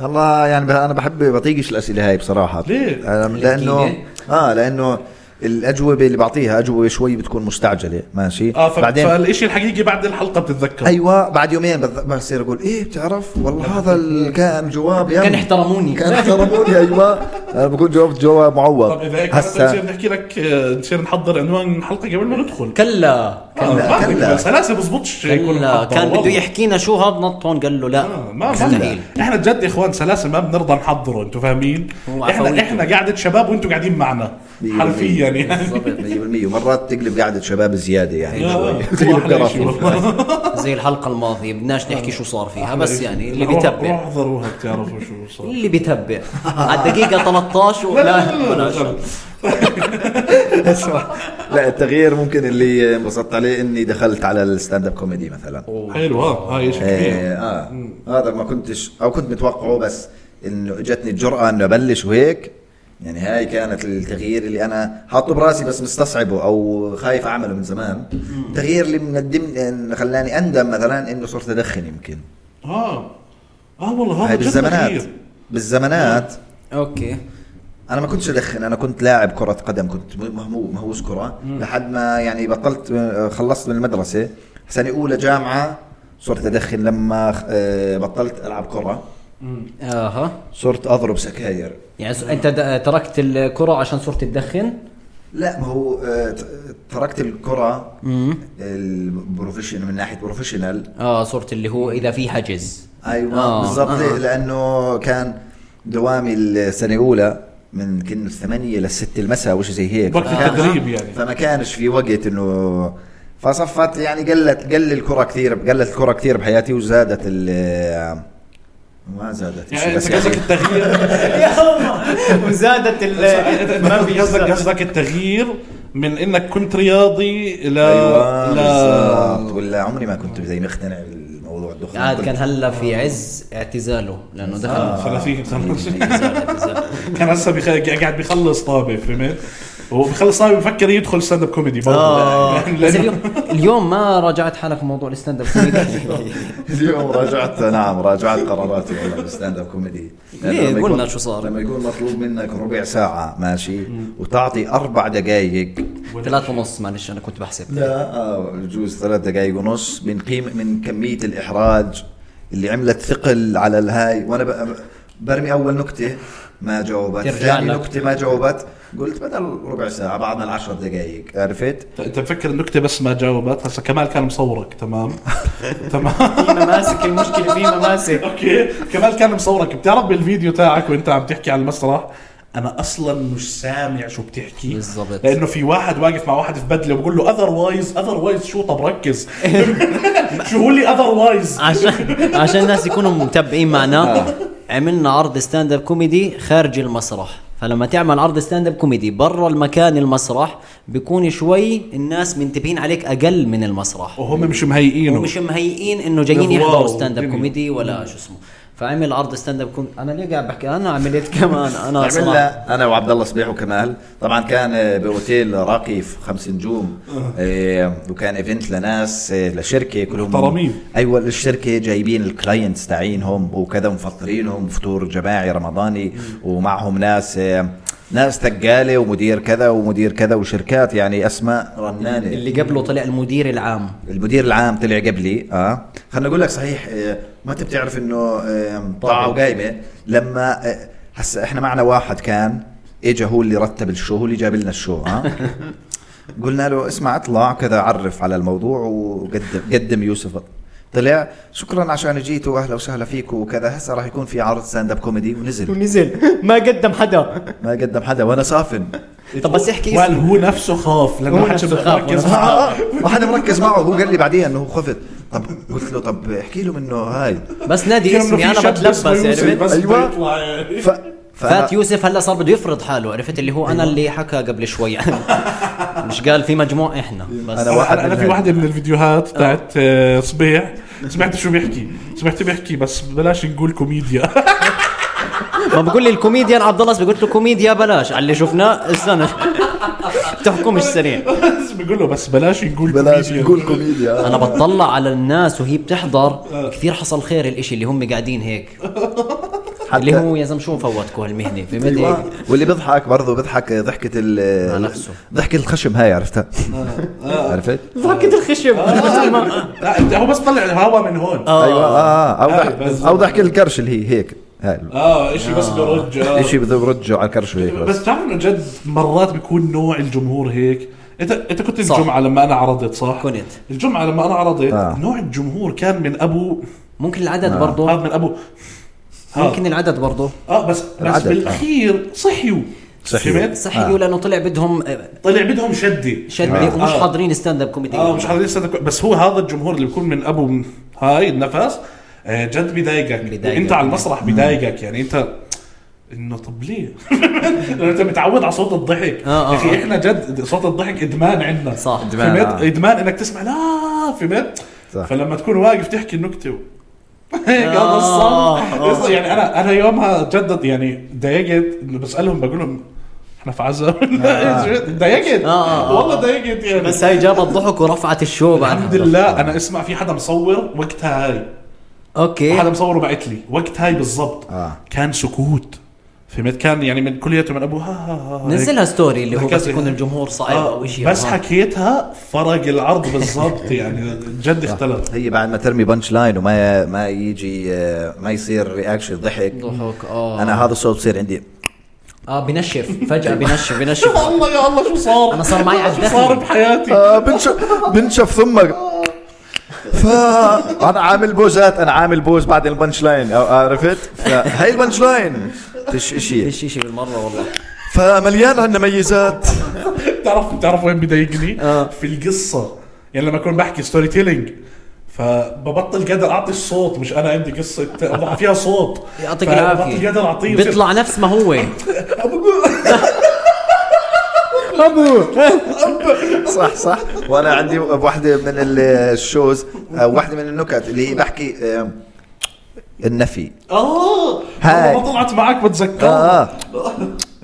Speaker 2: الله يعني ب- انا بحب بطيقش الاسئله هاي آه، بصراحه
Speaker 3: ليه؟
Speaker 2: أنا- لانه
Speaker 1: الأكيدة.
Speaker 2: اه لانه الاجوبه اللي بعطيها اجوبه شوي بتكون مستعجله ماشي
Speaker 3: اه ف... بعدين فالشيء الحقيقي بعد الحلقه بتتذكر
Speaker 2: ايوه بعد يومين بض- بصير اقول ايه بتعرف والله هذا ال- كان جواب يم.
Speaker 1: كان احترموني.
Speaker 2: كان احترموني ايوه انا بكون جاوبت جواب معوض
Speaker 3: طب اذا هيك هسه
Speaker 2: هسا
Speaker 3: نصير نحكي لك آه، نصير نحضر عنوان الحلقه قبل ما ندخل
Speaker 1: كلا
Speaker 2: كلا،
Speaker 3: آه، ما بدك
Speaker 2: كلا.
Speaker 3: بس هلا بزبطش يكون
Speaker 1: كلا
Speaker 3: محضر،
Speaker 1: كان بده
Speaker 3: والله.
Speaker 1: يحكينا شو هذا نط هون قال له
Speaker 3: آه،
Speaker 1: لا
Speaker 3: ما
Speaker 1: مستحيل.
Speaker 3: ما احنا جد يا اخوان سلاسه ما بنرضى نحضره انتوا فاهمين؟
Speaker 1: هو
Speaker 3: احنا
Speaker 1: عفويته.
Speaker 3: احنا قاعده شباب وانتوا قاعدين معنا
Speaker 2: مية بالمية.
Speaker 3: حرفيا يعني
Speaker 2: 100% ومرات تقلب قعده شباب زياده يعني شوي
Speaker 3: آه،
Speaker 2: بتقلب
Speaker 3: أحلى إشي
Speaker 2: قرف.
Speaker 3: والله.
Speaker 1: زي الحلقه الماضيه بدناش نحكي شو صار فيها بس
Speaker 3: إيه.
Speaker 1: يعني اللي
Speaker 3: روح- روح
Speaker 1: بيتبع
Speaker 3: احضروها بتعرفوا شو صار
Speaker 1: اللي بيتبع على الدقيقه 13 و... لا
Speaker 3: لا، لا، لا،
Speaker 1: بلاش.
Speaker 3: لا.
Speaker 2: اسمع لا التغيير ممكن اللي انبسطت عليه اني دخلت على الستاند اب كوميدي مثلا
Speaker 3: حلو ها هاي شيء
Speaker 2: إيه،
Speaker 3: كبير
Speaker 2: اه هذا ما كنتش او كنت متوقعه بس انه اجتني الجرأه انه ابلش وهيك يعني هاي كانت التغيير اللي انا حاطه براسي بس مستصعبه او خايف اعمله من زمان التغيير اللي مندم خلاني اندم مثلا انه صرت ادخن يمكن
Speaker 3: اه اه والله
Speaker 2: هاي
Speaker 3: هذا جد
Speaker 2: بالزمانات
Speaker 3: تغيير
Speaker 2: بالزمانات
Speaker 1: اوكي
Speaker 2: انا ما كنتش ادخن انا كنت لاعب كره قدم كنت مهمو- مهووس كره لحد ما يعني بطلت خلصت من المدرسه سنه اولى جامعه صرت ادخن لما آه، بطلت العب كره
Speaker 1: اها
Speaker 2: صرت اضرب سكاير
Speaker 1: آه، يعني س- انت د- تركت الكره عشان صرت تدخن
Speaker 2: لا ما هو آه، ت- تركت الكره البروفيشنال من ناحيه بروفيشنال
Speaker 1: اه صرت اللي هو اذا في حجز
Speaker 2: ايوه
Speaker 1: آه،
Speaker 2: بالضبط
Speaker 1: آه.
Speaker 2: لانه كان دوامي السنه الاولى من كنا الثمانية للستة المساء وش زي هيك
Speaker 3: وقت
Speaker 2: فما كانش-
Speaker 3: التدريب يعني.
Speaker 2: فما كانش في وقت انه فصفت يعني قلت قل الكرة كثير قلت الكرة كثير بحياتي وزادت ال ما زادت شيء
Speaker 3: يعني
Speaker 2: بس
Speaker 3: انت قصدك
Speaker 2: يعني-
Speaker 3: التغيير
Speaker 1: يا الله وزادت
Speaker 3: انت قصدك قصدك التغيير من انك كنت رياضي الى
Speaker 1: أيوة،
Speaker 2: ايوه
Speaker 3: آه، لا
Speaker 2: بالضبط ولا عمري ما كنت زي مقتنع بالموضوع الدخان
Speaker 1: عاد
Speaker 2: كنت-
Speaker 1: كان هلا في عز اعتزاله لانه دخل
Speaker 3: آه، ثلاثين خمس
Speaker 2: يعني
Speaker 1: اعتزال اعتزال
Speaker 3: كان هسه بخ... قاعد بيخلص طابه فهمت وبخلص طابه بفكر يدخل ستاند اب كوميدي
Speaker 1: آه.
Speaker 3: برضه يعني
Speaker 1: بس
Speaker 3: لأنه-
Speaker 1: اليوم اليوم ما راجعت حالك موضوع الستاند اب كوميدي
Speaker 2: اليوم راجعت نعم راجعت قراراتي والله بالستاند اب كوميدي
Speaker 1: ليه؟
Speaker 2: لما يكون-
Speaker 1: قلنا شو صار.
Speaker 2: لما يكون مطلوب منك ربع ساعة ماشي وتعطي أربع دقايق
Speaker 1: ثلاثة ونص معلش انا كنت بحسب
Speaker 2: لا آه، بجوز ثلاث دقايق ونص من قيمة من كمية الإحراج اللي عملت ثقل على الهاي وأنا ب- برمي أول نكتة ما جاوبت
Speaker 1: ترجع
Speaker 2: ثاني
Speaker 1: لك.
Speaker 2: نكتة ما جاوبت قلت بدل ربع ساعة بعدنا العشر دقايق عرفت؟
Speaker 3: انت مفكر النكته بس ما جاوبت هسه كمال كان مصورك تمام تمام
Speaker 1: في مماسك المشكلة في مماسك
Speaker 3: اوكي كمال كان مصورك بتعرف بالفيديو تاعك وانت عم تحكي على المسرح انا اصلا مش سامع شو بتحكي
Speaker 1: بالضبط.
Speaker 3: لانه في واحد واقف مع واحد في بدله وبقول له اذر وايز اذر وايز شو طب ركز شو هو اللي اذر وايز
Speaker 1: عشان عشان الناس يكونوا متابعين معنا عملنا عرض ستاند اب كوميدي خارج المسرح فلما تعمل عرض ستاند اب كوميدي برا المكان المسرح بيكون شوي الناس منتبهين عليك اقل من المسرح
Speaker 3: وهم مش مهيئينه
Speaker 1: ومش مهيئين انه جايين
Speaker 3: بالواو،
Speaker 1: يحضروا ستاند اب
Speaker 3: جميل.
Speaker 1: كوميدي ولا شو اسمه فعمل عرض ستاند اب كوميدي انا ليه قاعد بحكي انا عملت كمان انا صراحه
Speaker 2: عملنا انا وعبد الله صبيح وكمال طبعا كان آه، باوتيل راقي في خمس نجوم آه، وكان ايفنت لناس آه، لشركه كلهم
Speaker 3: محترمين.
Speaker 2: ايوه الشركه جايبين الكلاينتس تاعينهم وكذا مفطرينهم فطور جماعي رمضاني ومعهم ناس آه، ناس ثقاله ومدير كذا ومدير كذا وشركات يعني اسماء رنانه
Speaker 1: اللي قبله طلع المدير العام
Speaker 2: المدير العام طلع قبلي اه خلينا نقول لك صحيح آه، ما انت بتعرف انه آه، طاعه وقايمه لما آه، هسا احنا معنا واحد كان اجى هو اللي رتب الشو هو اللي جاب لنا الشو اه قلنا له اسمع اطلع كذا عرف على الموضوع وقدم قدم يوسف طلع شكرا عشان جيتوا اهلا وسهلا فيكم وكذا هسه راح يكون في عرض ستاند اب كوميدي ونزل
Speaker 1: ونزل ما قدم حدا
Speaker 2: ما قدم حدا وانا صافن
Speaker 1: طب بس احكي
Speaker 3: وقال
Speaker 1: اسمه
Speaker 3: هو نفسه خاف لانه
Speaker 1: هو
Speaker 3: ما حدش
Speaker 1: نفسه خاف،
Speaker 3: مركز
Speaker 1: هو
Speaker 2: آه،
Speaker 3: معه
Speaker 2: آه، آه، ما حدا مركز معه هو قال لي بعديها انه خفت طب قلت له طب احكي له انه هاي
Speaker 1: بس نادي
Speaker 3: كأنه في
Speaker 1: اسمي انا
Speaker 3: شاب
Speaker 1: بتلبس
Speaker 3: اسمه يوسف
Speaker 1: عرفت
Speaker 3: بس بده
Speaker 2: أيوة.
Speaker 3: يطلع يعني.
Speaker 2: ف...
Speaker 1: فات يوسف هلا صار بده يفرض حاله عرفت اللي
Speaker 2: أيوة.
Speaker 1: هو انا اللي حكى قبل شوي مش قال في مجموع احنا بس
Speaker 2: أيوة. أنا
Speaker 3: انا
Speaker 2: واحد
Speaker 3: انا, أنا
Speaker 2: من
Speaker 3: في
Speaker 2: هاي.
Speaker 3: واحده من الفيديوهات تاعت آه، صبيح
Speaker 1: نعم.
Speaker 3: سمعت شو بيحكي سمعت بيحكي بس بلاش نقول كوميديا
Speaker 1: ما بقول لي الكوميديان عبد الله قلت له كوميديا بلاش على اللي شفناه استنى تحكمش سريع
Speaker 3: بس بقول له بس بلاش نقول
Speaker 2: بلاش
Speaker 3: كوميديا.
Speaker 2: نقول كوميديا
Speaker 1: انا بطلع على الناس وهي بتحضر
Speaker 2: آه.
Speaker 1: كثير حصل خير الاشي اللي هم قاعدين هيك اللي هو يا زلمه شو مفوتكم هالمهنه في مدى
Speaker 2: أيوة. واللي بيضحك برضه بيضحك ضحكة
Speaker 1: مع
Speaker 2: ال
Speaker 1: نفسه. آه.
Speaker 2: ضحكة الخشم هاي عرفتها
Speaker 3: آه.
Speaker 2: عرفت؟
Speaker 1: ضحكة الخشب
Speaker 3: لا انت هو بس طلع الهواء من هون
Speaker 1: آه.
Speaker 2: ايوه اه او
Speaker 3: هاي
Speaker 2: ضحك
Speaker 3: بس-
Speaker 2: او ضحكة الكرش اللي هي هيك هاي
Speaker 3: اه اشي بس برج آه.
Speaker 2: شيء بده برجه على الكرش وهيك بس
Speaker 3: بس بتعرف انه جد مرات بيكون نوع الجمهور هيك انت انت كنت
Speaker 1: صح.
Speaker 3: الجمعه لما انا عرضت صح؟
Speaker 1: كنت.
Speaker 3: الجمعه لما انا عرضت
Speaker 2: آه.
Speaker 3: نوع الجمهور كان من ابو
Speaker 1: ممكن العدد
Speaker 3: هذا
Speaker 1: برضه
Speaker 3: من ابو هذا.
Speaker 1: ممكن العدد برضه
Speaker 3: اه بس بس
Speaker 2: العدد، آه.
Speaker 3: بالاخير صحيوا
Speaker 2: صحيوا.
Speaker 3: فهمت؟
Speaker 1: صحيوا لانه طلع بدهم آه،
Speaker 3: طلع بدهم شده
Speaker 1: شده ومش
Speaker 3: آه.
Speaker 1: حاضرين ستاند اب كوميدي
Speaker 3: اه مش حاضرين السنة كو- بس هو هذا الجمهور اللي بيكون من ابو م- هاي النفس آه، جد بيضايقك
Speaker 1: بيضايقك.
Speaker 3: انت على المسرح بيضايقك يعني انت انه طب ليه؟ لانه انت متعود على صوت الضحك
Speaker 1: آه، آه،
Speaker 3: يا اخي
Speaker 1: آه.
Speaker 3: احنا جد صوت الضحك ادمان عندنا
Speaker 1: صح.
Speaker 2: إدمان،
Speaker 3: ادمان
Speaker 2: آه.
Speaker 3: ادمان انك تسمع لا فهمت؟
Speaker 2: صح.
Speaker 3: فلما تكون واقف تحكي النكته و- هيك هذا
Speaker 1: آه،
Speaker 3: الصمت
Speaker 1: آه.
Speaker 3: يعني انا انا يومها جدد يعني ضايقت إنه بسالهم بقول لهم احنا في عزة ضايقت
Speaker 1: آه، آه، آه.
Speaker 3: والله ضايقت يعني
Speaker 1: بس هاي جابت ضحك ورفعت الشو
Speaker 3: الحمد
Speaker 1: بعدها
Speaker 3: لله انا اسمع في حدا مصور وقتها هاي حدا
Speaker 1: اوكي
Speaker 3: مصور وبعت لي وقت هاي بالضبط
Speaker 2: آه.
Speaker 3: كان سكوت فهمت كان يعني من كليته من ابوه ها ها ها
Speaker 1: نزلها ستوري اللي هو
Speaker 3: حكاية.
Speaker 1: بس يكون الجمهور صاير
Speaker 3: آه
Speaker 1: او شيء
Speaker 3: بس
Speaker 1: آه.
Speaker 3: حكيتها فرق العرض بالضبط يعني جد اختلف
Speaker 2: هي بعد ما ترمي بنش لاين وما ما يجي آه، ما يصير رياكشن ضحك
Speaker 1: ضحك اه
Speaker 2: انا هذا الصوت بصير عندي
Speaker 1: اه بنشف فجاه بنشف بنشف
Speaker 3: يا الله يا الله شو صار
Speaker 1: أنا صار معي على
Speaker 3: شو
Speaker 1: الدخل.
Speaker 3: صار بحياتي
Speaker 5: آه بنشف بنشف ثمك ف انا عامل بوزات انا عامل بوز بعد البنش لاين أو- عرفت فهي البنش لاين فيش اشي
Speaker 1: فيش شيء بالمره والله
Speaker 5: فمليان عندنا ميزات
Speaker 3: بتعرف بتعرف وين بضايقني
Speaker 1: آه.
Speaker 3: في القصه يعني لما اكون بحكي ستوري تيلينج فببطل قادر اعطي الصوت مش انا عندي قصه أضع فيها صوت
Speaker 1: يعطيك
Speaker 3: فببطل
Speaker 1: العافيه
Speaker 3: قادر اعطيه بصير-
Speaker 1: بيطلع نفس ما هو
Speaker 5: صح صح
Speaker 2: وانا عندي واحده من الشوز آه، واحده من النكت اللي هي بحكي آه، النفي
Speaker 3: اه
Speaker 2: هاي.
Speaker 3: والله ما طلعت معك
Speaker 2: اه,
Speaker 3: بتذكر
Speaker 2: آه.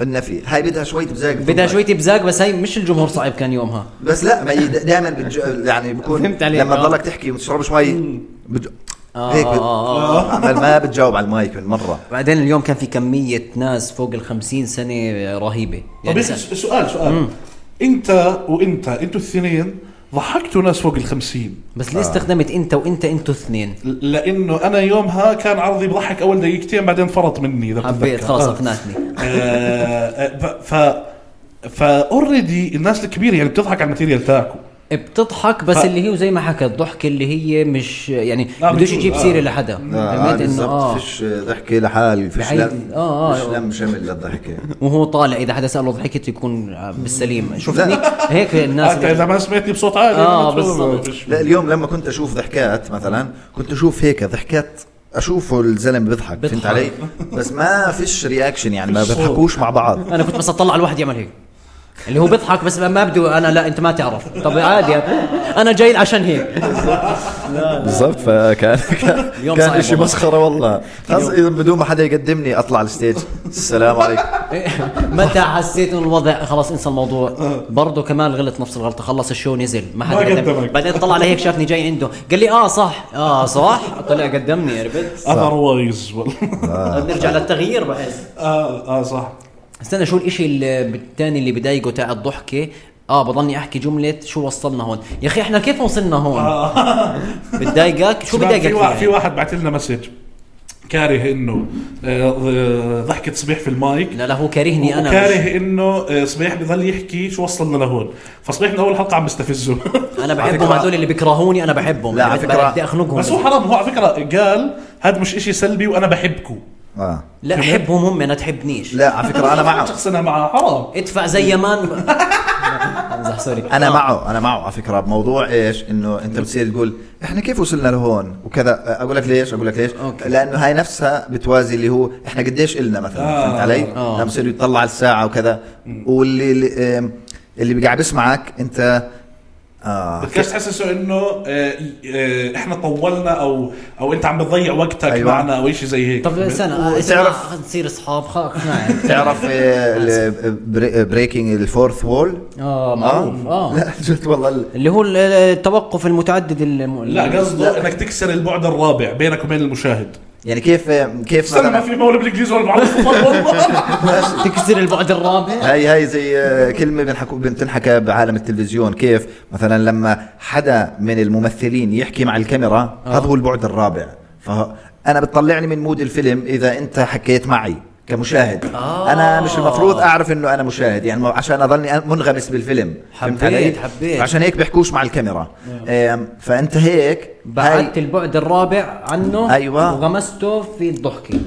Speaker 2: النفي هاي بدها شوي تبزاق
Speaker 1: بدها شوي تبزاق بس هي مش الجمهور صعب كان يومها
Speaker 2: بس لا ما هي دائما بتج... يعني بكون
Speaker 1: فهمت عليك،
Speaker 2: لما
Speaker 1: آه.
Speaker 2: تضلك تحكي وتشربش مي بتج...
Speaker 1: آه،
Speaker 2: هيك بت...
Speaker 1: آه،
Speaker 2: عمال ما بتجاوب على المايك من مره
Speaker 1: بعدين اليوم كان في كميه ناس فوق ال 50 سنه رهيبه
Speaker 3: طب
Speaker 1: يعني
Speaker 3: بس سؤال سؤال انت وانت انتوا الاثنين ضحكتوا ناس فوق ال 50
Speaker 1: بس ليه استخدمت انت وانت انتوا اثنين
Speaker 3: لانه انا يومها كان عرضي بضحك اول دقيقتين بعدين فرط مني اذا
Speaker 1: حبيت
Speaker 3: بتتذكر.
Speaker 1: خلاص
Speaker 3: آه.
Speaker 1: اقنعتني
Speaker 3: آه، آه، ف ف اوريدي الناس الكبيره يعني بتضحك على الماتيريال تاعكم
Speaker 1: بتضحك بس
Speaker 3: ف-
Speaker 1: اللي هي زي ما حكى الضحكه اللي هي مش يعني
Speaker 3: آه،
Speaker 1: بدوش
Speaker 3: بتقول،
Speaker 1: يجيب
Speaker 3: آه.
Speaker 1: سيره لحدا
Speaker 2: آه
Speaker 1: فهمت انه
Speaker 2: بالضبط
Speaker 1: اه
Speaker 2: فيش ضحكه لحال فيش
Speaker 1: بحيث-
Speaker 2: لم
Speaker 1: آه، آه.
Speaker 2: فيش لم شمل للضحكه
Speaker 1: وهو طالع اذا حدا ساله ضحكت يكون آه، بالسليم شفتني هيك الناس
Speaker 3: انت اذا ما سمعتني بصوت عالي
Speaker 1: آه،
Speaker 3: ما تقول-
Speaker 1: بالضبط.
Speaker 3: مش-
Speaker 2: لا اليوم لما كنت اشوف ضحكات مثلا كنت اشوف هيك ضحكات اشوفه الزلمه بيضحك فهمت
Speaker 1: بيضحك.
Speaker 2: علي بس ما فيش رياكشن يعني ما
Speaker 3: فيش صوت.
Speaker 2: بيضحكوش مع بعض
Speaker 1: انا كنت بس اطلع الواحد يعمل هيك اللي هو بيضحك بس ما بده انا لا انت ما تعرف طب عادي انا جاي عشان هيك
Speaker 5: بالضبط فكان كان,
Speaker 1: يوم
Speaker 5: كان
Speaker 1: صعب
Speaker 5: اشي
Speaker 1: والله.
Speaker 5: مسخره والله خلص إذا بدون ما حدا يقدمني اطلع على الستيج السلام عليكم
Speaker 1: متى حسيت انه الوضع خلاص انسى الموضوع برضه كمان غلط نفس الغلطه خلص الشو نزل ما
Speaker 3: ما
Speaker 1: حدا
Speaker 3: قدمك.
Speaker 1: قدم بعدين طلع علي هيك شافني جاي عنده قال لي اه صح اه صح طلع قدمني عرفت
Speaker 3: اذروايز والله
Speaker 2: آه.
Speaker 1: نرجع للتغيير بحس
Speaker 3: اه اه صح
Speaker 1: استنى شو الاشي اللي- الثاني اللي بضايقه تاع الضحكه اه بضلني احكي جمله شو وصلنا هون يا اخي احنا كيف وصلنا هون بتضايقك شو
Speaker 3: آه. شباب،
Speaker 1: بضايقك
Speaker 3: في واحد
Speaker 1: يعني؟
Speaker 3: في واحد بعت لنا مسج كاره انه آه، ضحكه صبيح في المايك
Speaker 1: لا لا هو كارهني انا مش-
Speaker 3: وكاره انه آه، صبيح بضل يحكي شو وصلنا لهون فصبيح من اول حلقه عم بستفزه
Speaker 1: انا
Speaker 2: على
Speaker 1: بحبهم
Speaker 2: فكرة-
Speaker 1: هذول اللي بيكرهوني انا بحبهم يعني
Speaker 2: لا، على
Speaker 1: بدي-
Speaker 2: فكرة-
Speaker 1: بدي اخنقهم
Speaker 3: بس هو حرام هو على فكره قال هذا مش إشي سلبي وانا بحبكم
Speaker 2: آه.
Speaker 1: لا احبهم هم ما تحبنيش
Speaker 2: لا على فكره انا معه
Speaker 3: شخص انا معه حرام
Speaker 1: ادفع زي ما ن- امزح سوري
Speaker 2: انا
Speaker 1: آه.
Speaker 2: معه انا معه على فكره بموضوع ايش انه انت بتصير تقول احنا كيف وصلنا لهون وكذا اقول لك ليش اقول لك ليش
Speaker 1: أوكي.
Speaker 2: لانه هاي نفسها بتوازي اللي هو احنا قديش إلنا مثلا
Speaker 3: آه.
Speaker 2: فهمت علي
Speaker 1: آه.
Speaker 2: لما بصير يطلع على الساعه وكذا واللي اللي, آم، اللي قاعد بيسمعك انت اه
Speaker 3: بدكش تحسسه انه آه، آه، احنا طولنا او او انت عم بتضيع وقتك
Speaker 2: أيوة.
Speaker 3: أيوة. معنا او شيء زي هيك
Speaker 1: طب استنى
Speaker 2: وتعرف-
Speaker 1: اسمع نصير اصحاب خلص
Speaker 2: تعرف آه، بريكنج الفورث وول
Speaker 1: اه معروف
Speaker 3: آه.
Speaker 1: اه
Speaker 2: آه. لا جد والله ال-
Speaker 1: اللي هو ال- التوقف المتعدد الم...
Speaker 3: لا قصده انك تكسر البعد الرابع بينك وبين المشاهد
Speaker 2: يعني كيف آم، كيف
Speaker 3: استنى ما في مولى بالانجليزي ولا معروف
Speaker 1: تكسر البعد الرابع
Speaker 2: هاي هاي زي آه، كلمة بنحكو بتنحكى بعالم التلفزيون كيف مثلا لما حدا من الممثلين يحكي مع الكاميرا
Speaker 1: آه.
Speaker 2: هذا هو البعد الرابع فأنا بتطلعني من مود الفيلم إذا أنت حكيت معي كمشاهد
Speaker 1: آه.
Speaker 2: أنا مش المفروض أعرف إنه أنا مشاهد يعني عشان أظلني أنا منغمس بالفيلم
Speaker 1: حبيت-
Speaker 2: فهمت علي؟
Speaker 1: حبيت. آه.
Speaker 2: عشان هيك بحكوش مع الكاميرا آم، فأنت هيك هاي-
Speaker 1: بعدت البعد الرابع عنه
Speaker 2: أيوة.
Speaker 1: وغمسته في الضحكه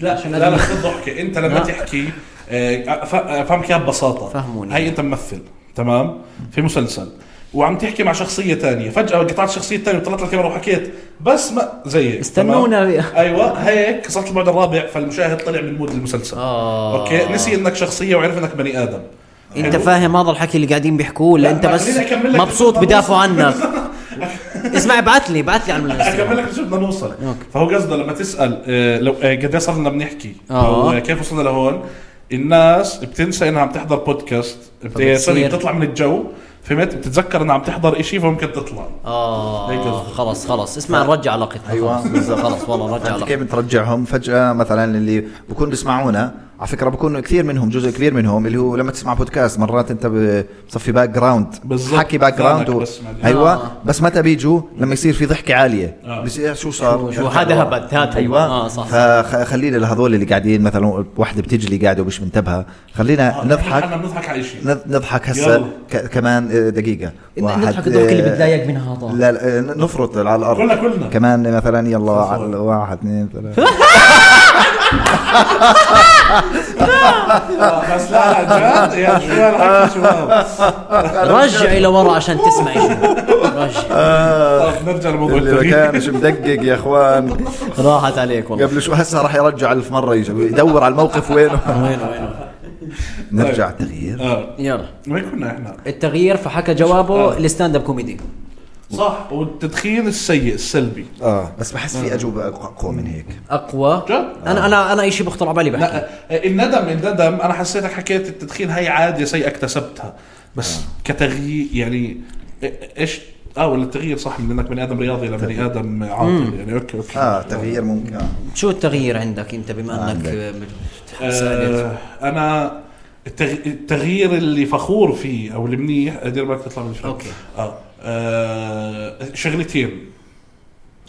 Speaker 3: لا لا لا خذ ضحكه انت لما تحكي آه، أف- افهمك اياها ببساطه
Speaker 1: فهموني.
Speaker 3: هاي انت ممثل تمام في مسلسل وعم تحكي مع شخصيه تانية فجاه قطعت الشخصيه الثانيه وطلعت الكاميرا وحكيت بس ما زيك
Speaker 1: استنونا.
Speaker 3: تمام؟ ايوه هيك صارت البعد الرابع فالمشاهد طلع من مود المسلسل
Speaker 1: آه.
Speaker 3: اوكي نسي انك شخصيه وعرف انك بني ادم
Speaker 1: انت فاهم هذا الحكي اللي قاعدين بيحكوه ولا
Speaker 3: لا،
Speaker 1: انت
Speaker 3: لا،
Speaker 1: بس
Speaker 3: خليني أكمل لك.
Speaker 1: مبسوط بدافعوا عنك اسمع ابعث لي ابعث لي على
Speaker 3: اكمل
Speaker 1: الانستغرام
Speaker 3: لك شو بدنا نوصل
Speaker 1: يعني. أوكي.
Speaker 3: فهو قصده لما تسال آه، لو آه، قد ايه صار لنا بنحكي
Speaker 1: آه.
Speaker 3: او آه، كيف وصلنا لهون الناس بتنسى انها عم تحضر بودكاست بت- سوري
Speaker 1: فبتصير-
Speaker 3: بتطلع من الجو فهمت بتتذكر انها عم تحضر إشي فممكن تطلع هيك
Speaker 1: اه
Speaker 3: قصدي.
Speaker 1: خلص خلص اسمع نرجع علاقتنا
Speaker 2: أيوة،
Speaker 1: خلص. خلص والله نرجع
Speaker 2: فأنت
Speaker 1: علاقتنا
Speaker 2: كيف بترجعهم فجأة مثلا اللي بكون بيسمعونا على فكرة بكون كثير منهم جزء كبير منهم اللي هو لما تسمع بودكاست مرات انت ب- بصفي باك جراوند
Speaker 3: بالضبط.
Speaker 2: حكي باك جراوند
Speaker 3: فاهمك
Speaker 2: و...
Speaker 3: بس معلش.
Speaker 1: آه.
Speaker 2: ايوه بس متى بيجوا لما يصير في ضحكة عالية
Speaker 3: آه.
Speaker 2: بس إيه، شو صار
Speaker 1: شو هذا هبت هات
Speaker 2: ايوه
Speaker 1: اه صح
Speaker 2: فخلينا لهذول اللي قاعدين مثلا وحده بتجي اللي قاعده ومش منتبهه خلينا
Speaker 3: آه،
Speaker 2: نضحك
Speaker 3: احنا بنضحك على شيء
Speaker 2: نض- نضحك
Speaker 3: يلا.
Speaker 2: هسه ك- كمان آه، دقيقه
Speaker 1: نضحك الضحك اللي
Speaker 2: آه،
Speaker 1: بتضايق منها هذا
Speaker 2: لا لا آه، نفرط على الارض
Speaker 3: كلنا- كلنا.
Speaker 2: كمان مثلا يلا
Speaker 3: خلصوا.
Speaker 2: على- واحد اثنين ثلاثه
Speaker 3: آه، بس لا لا جد يا شباب حكي شباب
Speaker 1: رجع لورا عشان تسمع شيء رجع
Speaker 3: طب نرجع لموضوع
Speaker 2: آه. اللي ما
Speaker 3: التغيير
Speaker 2: كانش مدقق يا اخوان
Speaker 1: راحت عليك والله
Speaker 2: قبل شو هسه راح يرجع ألف مره يجي يدور على الموقف وينه
Speaker 3: طيب.
Speaker 1: وينه وينه
Speaker 2: نرجع التغيير
Speaker 3: اه
Speaker 1: يلا
Speaker 3: وين كنا احنا؟
Speaker 1: التغيير فحكى جوابه الستاند اب كوميدي
Speaker 3: صح والتدخين السيء السلبي
Speaker 2: اه بس بحس
Speaker 3: آه.
Speaker 2: في اجوبه اقوى من هيك
Speaker 1: اقوى
Speaker 3: جد؟
Speaker 1: انا انا انا اي شيء بخطر على بالي بحكي
Speaker 3: لا آه، الندم الندم انا حسيتك حكيت التدخين هي عاده سيئه اكتسبتها بس كتغيير يعني إ- ايش اه ولا التغيير صح من انك بني ادم رياضي لبني ادم عاطل يعني اوكي اوكي
Speaker 2: اه تغيير ممكن آه.
Speaker 1: شو التغيير عندك انت بما انك
Speaker 2: عندك.
Speaker 1: آه، بت- سألت.
Speaker 3: آه انا التغ- التغيير اللي فخور فيه او اللي منيح آه، دير بالك تطلع من الفيلم
Speaker 1: أوكي.
Speaker 3: آه. آه شغلتين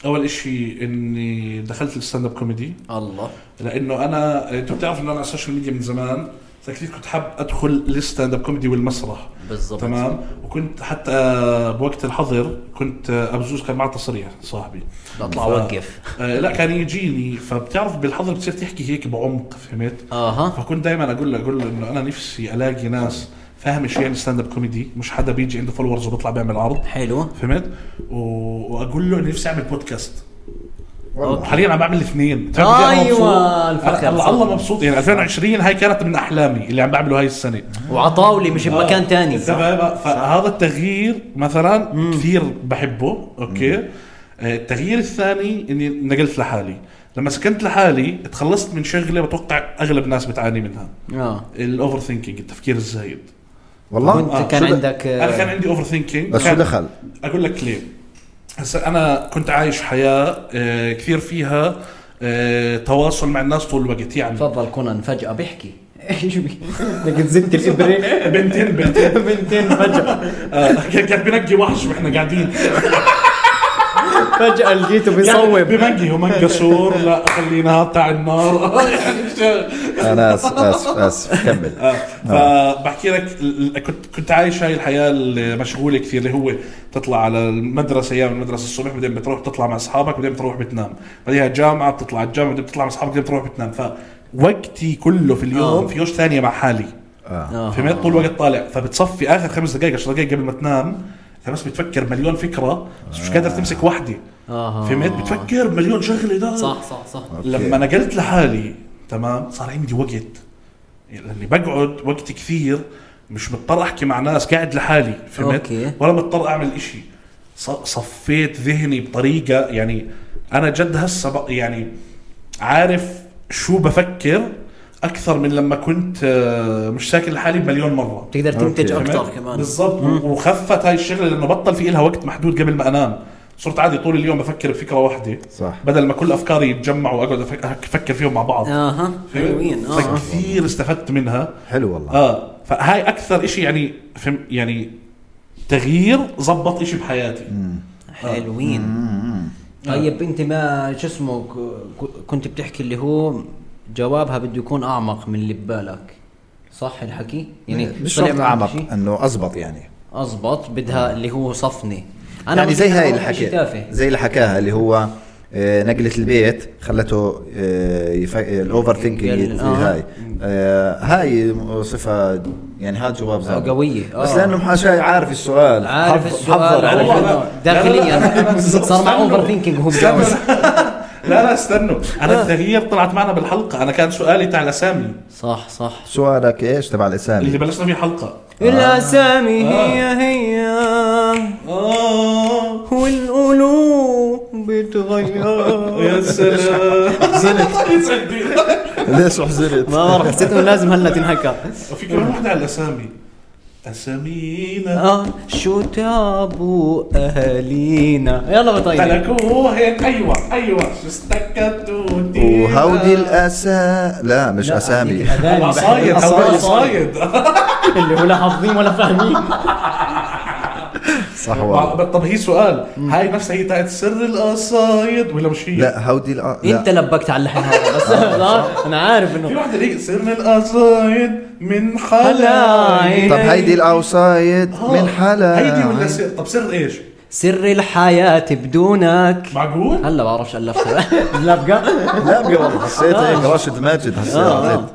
Speaker 3: اول اشي اني دخلت الستاند اب كوميدي
Speaker 1: الله
Speaker 3: لانه انا انت يعني بتعرف انه انا على السوشيال ميديا من زمان فكثير كنت حاب ادخل للستاند اب كوميدي والمسرح
Speaker 1: بالضبط
Speaker 3: تمام وكنت حتى بوقت الحظر كنت ابزوز كان معه تصريح صاحبي
Speaker 1: بطلع
Speaker 3: ف-
Speaker 1: اوقف
Speaker 3: آه، لا كان يجيني فبتعرف بالحظر بتصير تحكي هيك بعمق فهمت
Speaker 1: اها
Speaker 3: فكنت دائما اقول له اقول له انه انا نفسي الاقي ناس فاهم شو يعني ستاند اب كوميدي مش حدا بيجي عنده فولورز وبيطلع بيعمل عرض
Speaker 1: حلو
Speaker 3: فهمت و... واقول له إني نفسي اعمل بودكاست
Speaker 2: والله.
Speaker 3: حاليا عم بعمل الاثنين
Speaker 1: أيوة، الفخر.
Speaker 3: الله الله مبسوط يعني 2020 هاي كانت من احلامي اللي عم بعمله هاي السنه
Speaker 1: وعطاولي مش بمكان ثاني
Speaker 3: أنت فاهم؟ فهذا التغيير مثلا كثير بحبه اوكي آه، التغيير الثاني اني نقلت لحالي لما سكنت لحالي تخلصت من شغله بتوقع اغلب الناس بتعاني منها
Speaker 1: اه
Speaker 3: الاوفر ثينكينج التفكير الزايد
Speaker 2: والله
Speaker 1: وانت كان
Speaker 2: شو د-
Speaker 1: عندك آه،
Speaker 3: انا كان عندي اوفر ثينكينج
Speaker 2: بس شو دخل؟
Speaker 3: اقول لك ليه هسا انا كنت عايش حياه آه، كثير فيها آه، تواصل مع الناس طول الوقت يعني
Speaker 1: تفضل كونان فجأة بيحكي ايش بي لقيت زنت الابرة
Speaker 3: بنتين بنتين
Speaker 1: بنتين فجأة
Speaker 3: آه، كان كان بنقي وحش واحنا قاعدين
Speaker 1: فجأة لقيته
Speaker 3: يعني بمنقي ومنقى سور لا خلينا تاع النار يعني مش-
Speaker 2: انا اسف اسف اسف كمل
Speaker 3: آه، فبحكي لك ال- ال- كنت كنت عايش هاي الحياه المشغوله كثير اللي هو تطلع على المدرسه ايام المدرسه الصبح بعدين بتروح بتطلع مع اصحابك بعدين بتروح بتنام بعديها جامعه بتطلع على الجامعه بعدين بتطلع مع اصحابك بعدين بتروح بتنام فوقتي كله في
Speaker 1: آه.
Speaker 3: اليوم فيوش ثانيه مع حالي
Speaker 1: آه.
Speaker 3: فهمت طول الوقت طالع فبتصفي اخر خمس دقائق 10 دقائق قبل ما تنام انت بس بتفكر مليون فكره بس مش قادر تمسك وحده
Speaker 1: آه.
Speaker 3: فهمت بتفكر مليون شغله ده
Speaker 1: صح صح صح
Speaker 3: لما نقلت لحالي تمام صار عندي وقت لاني بقعد وقت كثير مش مضطر احكي مع ناس قاعد لحالي فهمت
Speaker 1: أوكي.
Speaker 3: ولا مضطر اعمل إشي ص- صفيت ذهني بطريقه يعني انا جد هسه بق- يعني عارف شو بفكر اكثر من لما كنت آه، مش ساكن لحالي بمليون مره
Speaker 1: بتقدر تنتج
Speaker 2: أوكي.
Speaker 1: اكثر
Speaker 3: فهمت؟
Speaker 1: كمان
Speaker 3: بالضبط وخفت هاي الشغله لانه بطل في إلها وقت محدود قبل ما انام صرت عادي طول اليوم بفكر بفكره واحده
Speaker 2: صح
Speaker 3: بدل ما كل افكاري يتجمعوا واقعد أفك- افكر فيهم مع بعض
Speaker 1: اها
Speaker 3: فهمت؟
Speaker 1: حلوين اه
Speaker 3: فكثير استفدت منها
Speaker 2: حلو والله
Speaker 3: اه فهاي اكثر شيء يعني فهم يعني تغيير زبط شيء بحياتي
Speaker 1: حلوين طيب انت ما شو اسمه ك- ك- كنت بتحكي اللي هو جوابها بده يكون اعمق من اللي ببالك صح الحكي؟ يعني
Speaker 2: مش
Speaker 1: طلع
Speaker 2: شرط
Speaker 1: معك
Speaker 2: اعمق
Speaker 1: شيء؟
Speaker 2: انه ازبط يعني
Speaker 1: اضبط بدها اللي هو صفني
Speaker 2: أنا يعني
Speaker 1: مش-
Speaker 2: زي هاي
Speaker 1: أنا
Speaker 2: اللي
Speaker 1: شيء
Speaker 2: حكى
Speaker 1: تافه
Speaker 2: زي اللي حكاها اللي هو آه، نقلة البيت خلته آه، يف- الاوفر ثينكينج
Speaker 1: قال- آه.
Speaker 2: هاي آه، هاي صفة يعني هذا جواب ظابط
Speaker 1: قوية، آه.
Speaker 2: بس لانه محاشاي عارف السؤال
Speaker 1: عارف
Speaker 2: حف-
Speaker 1: السؤال
Speaker 2: حفظ
Speaker 1: عارف
Speaker 3: والله
Speaker 1: إنه
Speaker 3: لا.
Speaker 1: داخليا
Speaker 3: لا، لا، لا، أنا-
Speaker 1: صار مع
Speaker 3: استنوا.
Speaker 1: اوفر ثينكينج هو
Speaker 3: استنوا.
Speaker 1: مجاوب
Speaker 3: لا لا استنوا انا التغيير طلعت معنا بالحلقه انا كان سؤالي تاع الاسامي
Speaker 1: صح صح
Speaker 2: سؤالك ايش تبع
Speaker 3: اللي
Speaker 2: الاسامي
Speaker 3: بلشنا فيه الحلقه
Speaker 1: الاسامي
Speaker 3: آه.
Speaker 1: هي هي
Speaker 3: اه
Speaker 1: والقلوب بتغير
Speaker 3: يا سلام حزنت
Speaker 2: ليش حزنت؟
Speaker 1: ما بعرف حسيت انه لازم هلا تنحكى
Speaker 3: وفي كمان وحده على الاسامي اسامينا
Speaker 1: اه شو تعبوا اهالينا يلا بطيب
Speaker 3: تركوهن ايوه ايوه شو استكتوا دينا.
Speaker 2: وهودي الاسا لا مش اسامي
Speaker 3: العصايد هو العصايد
Speaker 1: اللي ولا حافظين ولا فاهمين
Speaker 2: صح والله
Speaker 3: طب هي سؤال هاي نفسها هي تاعت سر القصايد ولا مش هي؟
Speaker 2: لا هودي الأ...
Speaker 1: انت
Speaker 2: لا
Speaker 1: لبكت على اللحن هذا بس آه، انا عارف
Speaker 3: في
Speaker 1: انه
Speaker 3: وحده ليك سر القصايد من خلايا
Speaker 1: خلايا.
Speaker 2: طب هيدي الاوسايد
Speaker 1: آه.
Speaker 2: من حلا
Speaker 3: هيدي ولا سر طب سر ايش؟
Speaker 1: سر الحياة بدونك
Speaker 3: معقول؟
Speaker 1: هلا بعرفش الفتها لبقة
Speaker 2: لا بقى والله حسيت هيك راشد ماجد حسيت
Speaker 1: آه، آه.
Speaker 2: عرفت؟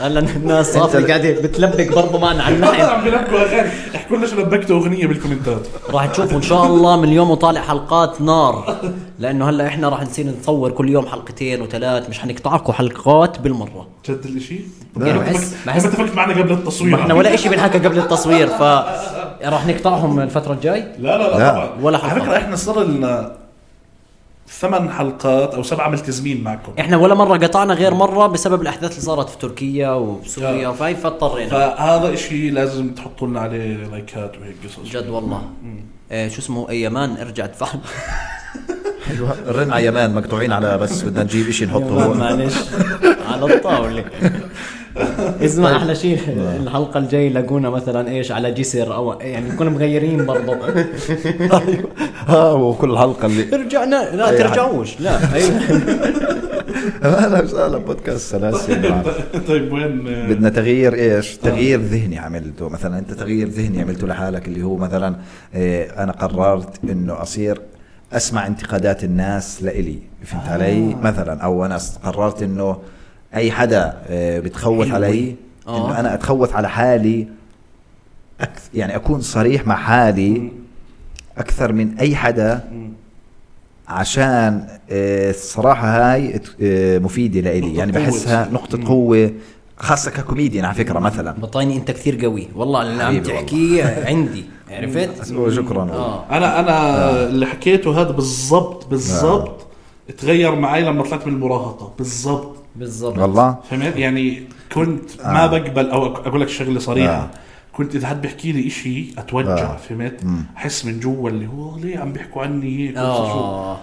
Speaker 1: هلا الناس صافي
Speaker 2: أنت-
Speaker 1: قاعدة بتلبق برضه معنا على اللحن
Speaker 3: عم بيلبكوا اغاني احكوا لنا شو لبكتوا اغنيه بالكومنتات
Speaker 1: راح تشوفوا ان شاء الله من اليوم وطالع حلقات نار لانه هلا احنا راح نصير نصور كل يوم حلقتين وثلاث مش حنقطعكم حلقات بالمره
Speaker 3: جد الاشي؟
Speaker 1: لا،
Speaker 3: يعني
Speaker 1: بحس-
Speaker 3: اتفقت-
Speaker 1: بحس-
Speaker 3: ما اتفقت معنا قبل التصوير
Speaker 1: احنا ولا شيء بنحكى قبل التصوير ف راح نقطعهم الفتره الجاي
Speaker 3: لا لا
Speaker 2: لا،
Speaker 3: لا طبعا
Speaker 1: ولا
Speaker 3: على
Speaker 1: حلقة.
Speaker 3: فكره احنا صار لنا ثمان حلقات او سبعه ملتزمين معكم
Speaker 1: احنا ولا مره قطعنا غير مره بسبب الاحداث اللي صارت في تركيا وسوريا وفاي فاضطرينا
Speaker 3: فهذا اشي لازم تحطوا لنا عليه لايكات وهيك قصص
Speaker 1: جد والله إيه شو اسمه ايمان ارجع دفع
Speaker 2: رن على يمان مقطوعين على بس بدنا نجيب شيء نحطه هون
Speaker 1: معلش على الطاوله اسمع احلى شيء الحلقه الجايه لاقونا مثلا ايش على جسر او يعني نكون مغيرين برضه
Speaker 2: ها وكل حلقه اللي
Speaker 1: رجعنا لا
Speaker 2: أي
Speaker 1: ترجعوش لا أي-
Speaker 2: اهلا وسهلا بودكاست سلاسل
Speaker 3: طيب وين
Speaker 2: بدنا تغيير ايش؟ تغيير ذهني عملته مثلا انت تغيير ذهني عملته لحالك اللي هو مثلا إيه انا قررت انه اصير اسمع انتقادات الناس لإلي فهمت آه. علي؟ مثلا او انا س- قررت انه اي حدا إيه بتخوث علي
Speaker 1: آه.
Speaker 2: انه انا اتخوث على حالي أكث يعني اكون صريح مع حالي اكثر من اي حدا عشان آه، الصراحة هاي آه، مفيدة لإلي
Speaker 3: نقطة
Speaker 2: يعني
Speaker 3: قوة.
Speaker 2: بحسها نقطة قوة خاصة ككوميديان على فكرة مثلا
Speaker 1: بطيني انت كثير قوي والله اللي عم
Speaker 2: حبيبي والله.
Speaker 1: تحكيه عندي عرفت؟
Speaker 2: شكرا
Speaker 1: اه
Speaker 3: انا انا
Speaker 2: آه.
Speaker 3: اللي حكيته هذا بالضبط بالضبط تغير معي لما طلعت من المراهقه بالضبط
Speaker 1: بالضبط
Speaker 2: والله
Speaker 3: فهمت يعني كنت ما
Speaker 2: آه.
Speaker 3: بقبل او أك- اقول لك شغله صريحه
Speaker 2: آه.
Speaker 3: كنت اذا حد بيحكي لي إشي اتوجع
Speaker 2: آه.
Speaker 3: فهمت احس من جوا اللي هو ليه عم بيحكوا عني هيك وشو.
Speaker 1: اه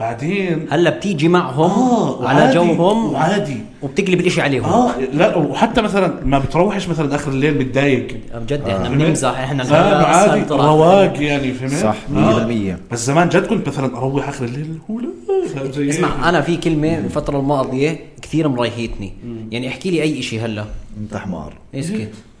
Speaker 3: بعدين
Speaker 1: هلا بتيجي معهم
Speaker 3: اه
Speaker 1: على
Speaker 3: وعادي-
Speaker 1: جوهم
Speaker 3: وعادي
Speaker 1: وبتقلب الاشي عليهم
Speaker 3: اه لا وحتى مثلا ما بتروحش مثلا اخر الليل متضايق
Speaker 1: بجد احنا
Speaker 3: فهمت؟
Speaker 1: بنمزح احنا
Speaker 3: فاهم
Speaker 1: بنهزر،
Speaker 3: عادي
Speaker 1: ترى.
Speaker 3: رواق يعني فهمت
Speaker 2: صح،
Speaker 3: آه.
Speaker 2: مية بالمية.
Speaker 3: بس زمان جد كنت مثلا اروح اخر الليل هو لا فاهم
Speaker 2: إيه.
Speaker 3: زي هيك.
Speaker 1: اسمع انا في كلمه الفتره الماضيه كثير مريحتني يعني احكي لي اي اشي هلا
Speaker 2: انت حمار
Speaker 1: اسكت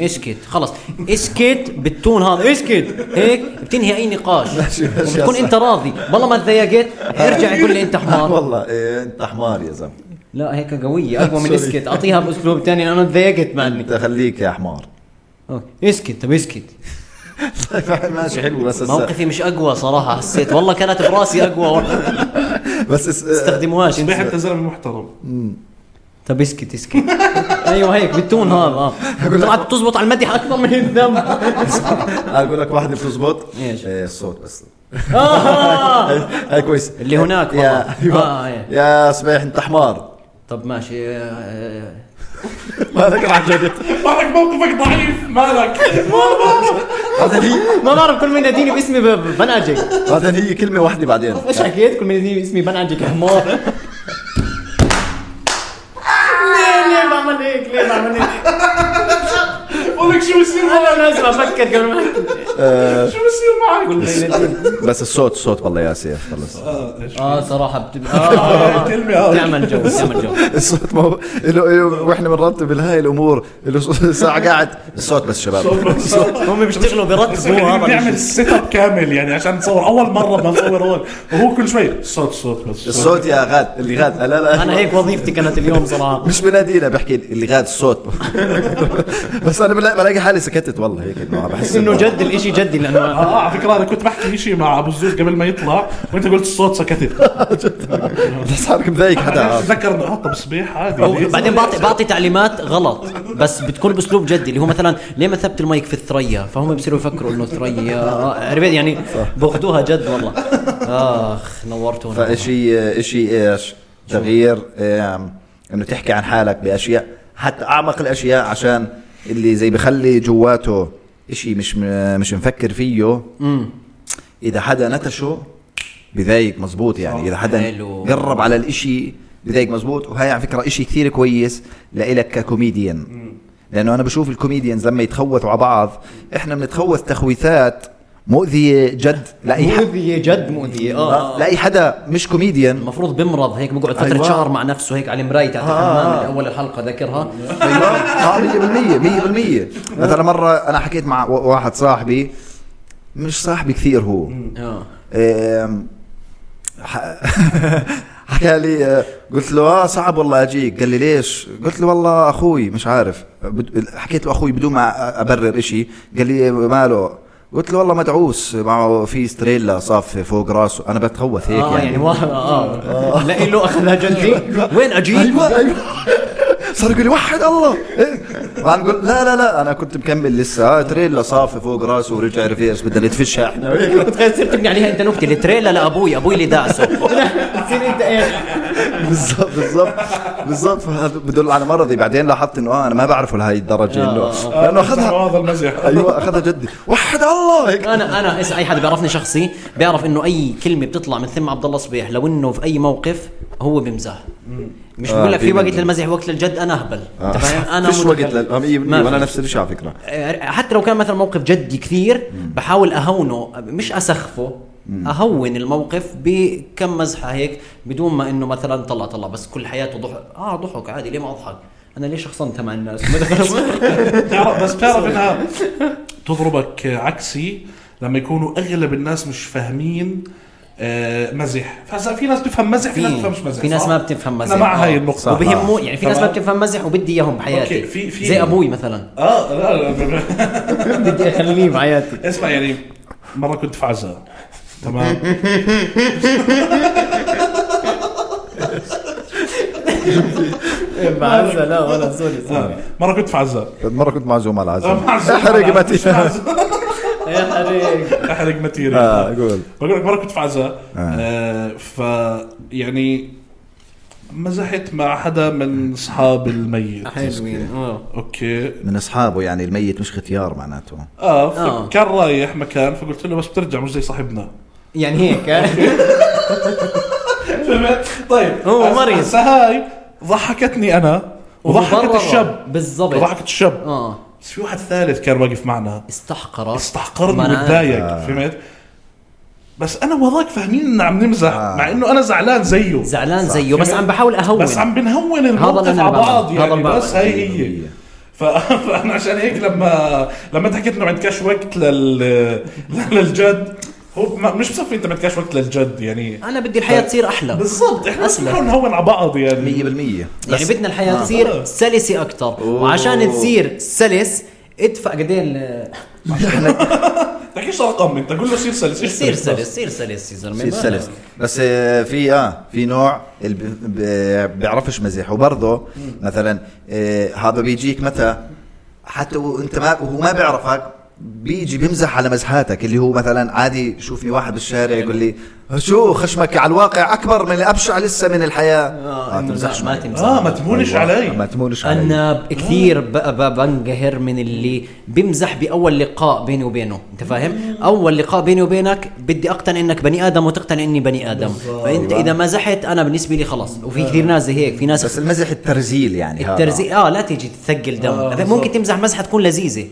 Speaker 1: اسكت خلص اسكت بالتون هذا اسكت هيك بتنهي اي نقاش
Speaker 2: ماشي، ماشي،
Speaker 1: بتكون
Speaker 2: يا
Speaker 1: انت راضي والله ما تضايقت ارجع قول لي انت حمار
Speaker 2: والله إيه، انت حمار يا زلمة
Speaker 1: لا هيك قويه اقوى من
Speaker 2: سوري.
Speaker 1: اسكت اعطيها باسلوب ثاني لانه تضايقت معني
Speaker 2: انت خليك يا حمار
Speaker 1: أوكي. اسكت طب اسكت
Speaker 2: ماشي حلو بس هسا-
Speaker 1: موقفي مش اقوى صراحه حسيت والله كانت براسي اقوى
Speaker 2: بس اس- آه،
Speaker 1: استخدموهاش
Speaker 3: صبيح
Speaker 1: انت
Speaker 3: انت زلمه محترم
Speaker 1: طب اسكت اسكت ايوه هيك بالتون هذا اه طلعت بتزبط على المدح اكثر من الذنب
Speaker 2: اقول لك واحدة بتزبط
Speaker 1: إيش؟
Speaker 2: إيه، الصوت بس
Speaker 1: آه.
Speaker 2: هاي كويس
Speaker 1: اللي هناك والله.
Speaker 2: يا
Speaker 1: آه، إيه.
Speaker 2: أيوة. يا صبيح انت حمار
Speaker 1: طب ماشي آه، آه.
Speaker 2: هذاك راح جد
Speaker 3: مالك موقفك ضعيف مالك
Speaker 2: بعدين هي
Speaker 1: ما بعرف كل ما يناديني باسمي ب- بنعجق
Speaker 2: بعدين هي كلمة واحدة بعدين
Speaker 1: ايش حكيت كل ما يناديني باسمي بنعجق يا حمار ليه ليه بعمل هيك ليه بعمل هيك
Speaker 3: بقول لك شو بصير
Speaker 1: انا لازم افكر قبل ما أحكي.
Speaker 3: شو بصير معك
Speaker 1: كل ما يناديني.
Speaker 2: بس الصوت الصوت والله يا سيف خلص
Speaker 3: آه، إيش؟
Speaker 1: اه صراحه بت... آه.
Speaker 3: كلمة، آه.
Speaker 1: تعمل جو تعمل جو
Speaker 2: إيه، الصوت ما هو له له واحنا بنرتب هاي الامور له ساعه قاعد الصوت بس شباب
Speaker 3: صوت-
Speaker 1: هم بيشتغلوا بيرتبوا
Speaker 3: بس
Speaker 1: هذا
Speaker 3: بنعمل
Speaker 1: الشيء.
Speaker 3: سيت اب كامل يعني عشان نصور اول مره بنصور هون وهو كل شوي صوت صوت بس
Speaker 2: الصوت يا غاد اللي غاد لا لا
Speaker 1: انا هيك وظيفتي كانت اليوم صراحه
Speaker 2: مش بنادينا بحكي اللي غاد الصوت بس انا بلا- بلاقي حالي سكتت والله هيك انه بحس
Speaker 1: انه جد الاشي جدي لانه
Speaker 3: اه على فكره انا كنت بحكي شيء مع ابو الزوز قبل ما يطلع وانت قلت الصوت سكتت
Speaker 2: بحس حالك مضايق حدا آه.
Speaker 3: تذكرنا اه طب صبيح عادي
Speaker 1: أو بعدين بعطي بعطي تعليمات غلط بس بتكون باسلوب جدي اللي هو مثلا ليه ما ثبت المايك في الثريا فهم بيصيروا يفكروا انه ثريا آه، عرفت يعني باخذوها جد والله اخ نورتونا
Speaker 2: فاشي اشي ايش تغيير آم، انه تحكي عن حالك باشياء حتى اعمق الاشياء عشان اللي زي بخلي جواته اشي مش م- مش مفكر فيه اذا حدا نتشه بذايق مزبوط يعني اذا حدا
Speaker 1: حلو.
Speaker 2: قرب على الاشي بذايق مزبوط وهي على فكره اشي كثير كويس لإلك ككوميديان لانه انا بشوف الكوميديانز لما يتخوثوا على بعض احنا بنتخوث تخويثات مؤذيه جد لاي حد
Speaker 1: مؤذية جد مؤذية اه
Speaker 2: لاي حدا مش كوميديان
Speaker 1: المفروض بمرض هيك بقعد فترة
Speaker 2: أيوة. آه.
Speaker 1: شهر مع نفسه هيك على المراية تحت الحمام من أول الحلقة ذاكرها
Speaker 2: ايوه 100% 100% مثلا مره انا حكيت مع و- واحد صاحبي مش صاحبي كثير هو
Speaker 1: آه.
Speaker 2: آم، ح- حكى لي آه، قلت له اه صعب والله اجيك قال لي ليش قلت له والله اخوي مش عارف بد- حكيت له اخوي بدون ما أ- ابرر إشي قال لي ماله قلت له والله مدعوس معه في ستريلا صاف فوق راسه انا بتخوث هيك
Speaker 1: اه
Speaker 2: يعني آه.
Speaker 1: يعني واه- اه لا له اخذها جدي وين اجيب؟
Speaker 2: ايوه ايوه صار يقول لي وحد الله إيه. وعم بقول لا لا لا انا كنت مكمل لسه آه تريلا صافي فوق راسه ورجع ريفيرس بدنا نتفشها احنا
Speaker 1: بتخيل تصير تبني عليها انت نكته التريلا لابوي ابوي اللي دعسه تصير انت ايش؟
Speaker 2: بالضبط بالضبط بالضبط فهذا بدل على مرضي بعدين لاحظت انه آه انا ما بعرفه لهي الدرجه انه
Speaker 1: آه،
Speaker 2: لانه اخذها
Speaker 3: هذا المزح
Speaker 2: ايوه اخذها جدي وحد الله هيك
Speaker 1: انا انا اسا اي حدا بيعرفني شخصي بيعرف انه اي كلمه بتطلع من ثم عبد الله صبيح لو انه في اي موقف هو بيمزح مش بقول لك
Speaker 2: في
Speaker 1: في وقت
Speaker 2: منه.
Speaker 1: للمزح وقت للجد انا اهبل انت فاهم انا
Speaker 2: آه، فيش وقت
Speaker 1: متخلف.
Speaker 2: لل- آه، مية
Speaker 1: ما
Speaker 2: بالمية. وانا
Speaker 1: في.
Speaker 2: نفس الشيء على فكره
Speaker 1: آه، حتى لو كان مثلا موقف جدي كثير بحاول اهونه مش اسخفه اهون الموقف بكم مزحه هيك بدون ما انه مثلا طلع طلع بس كل حياته ضحك اه ضحك عادي ليه ما اضحك انا ليش شخصنت مع الناس ما دخل-
Speaker 3: بتعرف بس بتعرف انها تضربك عكسي لما يكونوا اغلب الناس مش فاهمين آه، مزح فهسا في ناس بتفهم مزح في ناس ما بتفهمش مزح
Speaker 1: في ناس
Speaker 3: صح؟
Speaker 1: ما بتفهم مزح
Speaker 3: انا مع
Speaker 1: آه.
Speaker 3: هاي النقطه
Speaker 2: صح.
Speaker 1: وبهمه يعني في ناس ما
Speaker 3: تمام.
Speaker 1: بتفهم مزح وبدي اياهم بحياتي
Speaker 3: أوكي، في- في-
Speaker 1: زي ابوي مثلا
Speaker 3: اه لا لا لا
Speaker 1: بدي اخليه بحياتي
Speaker 3: اسمع يعني مره كنت في عزاء تمام
Speaker 1: بعزة لا ولا سوري
Speaker 3: آه، مره كنت في عزاء
Speaker 2: مره كنت معزوم على
Speaker 3: آه،
Speaker 2: العزاء
Speaker 3: مع عزاء.
Speaker 2: احرق
Speaker 3: مع عزاء.
Speaker 2: متي
Speaker 1: يا حريق آه.
Speaker 3: احرق ماتيريال
Speaker 2: اه قول
Speaker 3: بقول لك مره كنت في عزاء
Speaker 2: آه.
Speaker 3: آه. ف يعني مزحت مع حدا من اصحاب الميت
Speaker 1: حلوين آه.
Speaker 3: اوكي
Speaker 2: من اصحابه يعني الميت مش ختيار معناته
Speaker 3: اه,
Speaker 1: آه.
Speaker 3: كان رايح مكان فقلت له بس بترجع مش زي صاحبنا
Speaker 1: يعني هيك آه.
Speaker 3: فهمت؟ طيب
Speaker 1: هو
Speaker 3: هسا-
Speaker 1: مريض.
Speaker 3: هسا هاي ضحكتني انا وضحكت
Speaker 1: وبرا.
Speaker 3: الشاب
Speaker 1: بالضبط
Speaker 3: وضحكت الشاب
Speaker 1: اه
Speaker 3: بس في واحد ثالث كان واقف معنا
Speaker 1: استحقرت
Speaker 3: استحقرني
Speaker 1: ما أنا
Speaker 3: وتضايق فهمت بس انا وهذاك فاهمين ان عم نمزح مع انه انا زعلان زيه
Speaker 1: زعلان زيه بس عم بحاول اهون
Speaker 3: بس عم بنهون
Speaker 1: هذا
Speaker 3: الموقف
Speaker 1: اللي
Speaker 3: على
Speaker 1: أنا
Speaker 3: بعض
Speaker 1: بعمله. هذا
Speaker 3: يعني
Speaker 1: اللي بعمله.
Speaker 3: بس هي هي ف- فانا عشان هيك لما لما انت حكيت انه ما عندكش وقت لل للجد هو ما- مش بصفي انت ما عندكش وقت للجد يعني
Speaker 1: انا بدي الحياه تصير احلى
Speaker 3: بالضبط احنا بس
Speaker 1: أسلم.
Speaker 3: بنحاول نهون على بعض يعني
Speaker 2: 100%
Speaker 1: يعني
Speaker 2: بس
Speaker 1: بدنا
Speaker 3: آه.
Speaker 1: الحياه تصير سلسه اكثر
Speaker 2: أوه.
Speaker 1: وعشان تصير سلس ادفع قد ايه ال-
Speaker 3: تحكيش ارقام انت قول له صير سلس إيش
Speaker 1: صير
Speaker 3: بس؟
Speaker 1: سلس صير سلس يا زلمه
Speaker 2: بصير سلس بس آه، في اه في نوع اللي ب- ب- بيعرفش مزح وبرضه مثلا آه، هذا بيجيك متى حتى وانت ما وهو ما بيعرفك بيجي بيمزح على مزحاتك اللي هو مثلا عادي شوفني واحد بالشارع يقول لي شو خشمك على الواقع اكبر من الابشع لسه من الحياه
Speaker 1: آه،
Speaker 2: آه،
Speaker 1: إنه لا، ما
Speaker 2: معي.
Speaker 1: تمزح
Speaker 3: اه ما تمونش
Speaker 2: أيوة،
Speaker 3: علي
Speaker 2: ما تمونش علي
Speaker 1: انا ب- كثير ب- ب- بنقهر من اللي بمزح باول لقاء بيني وبينه انت فاهم اول لقاء بيني وبينك بدي اقتنع انك بني ادم وتقتنع اني بني ادم فانت اذا مزحت انا بالنسبه لي خلاص وفي
Speaker 3: آه.
Speaker 1: كثير ناس زي هيك في ناس
Speaker 2: بس المزح الترزيل يعني هذا.
Speaker 1: الترزي اه لا تيجي تثقل دم
Speaker 3: آه،
Speaker 1: آه
Speaker 3: بالضبط.
Speaker 1: ممكن تمزح مزحه تكون لذيذه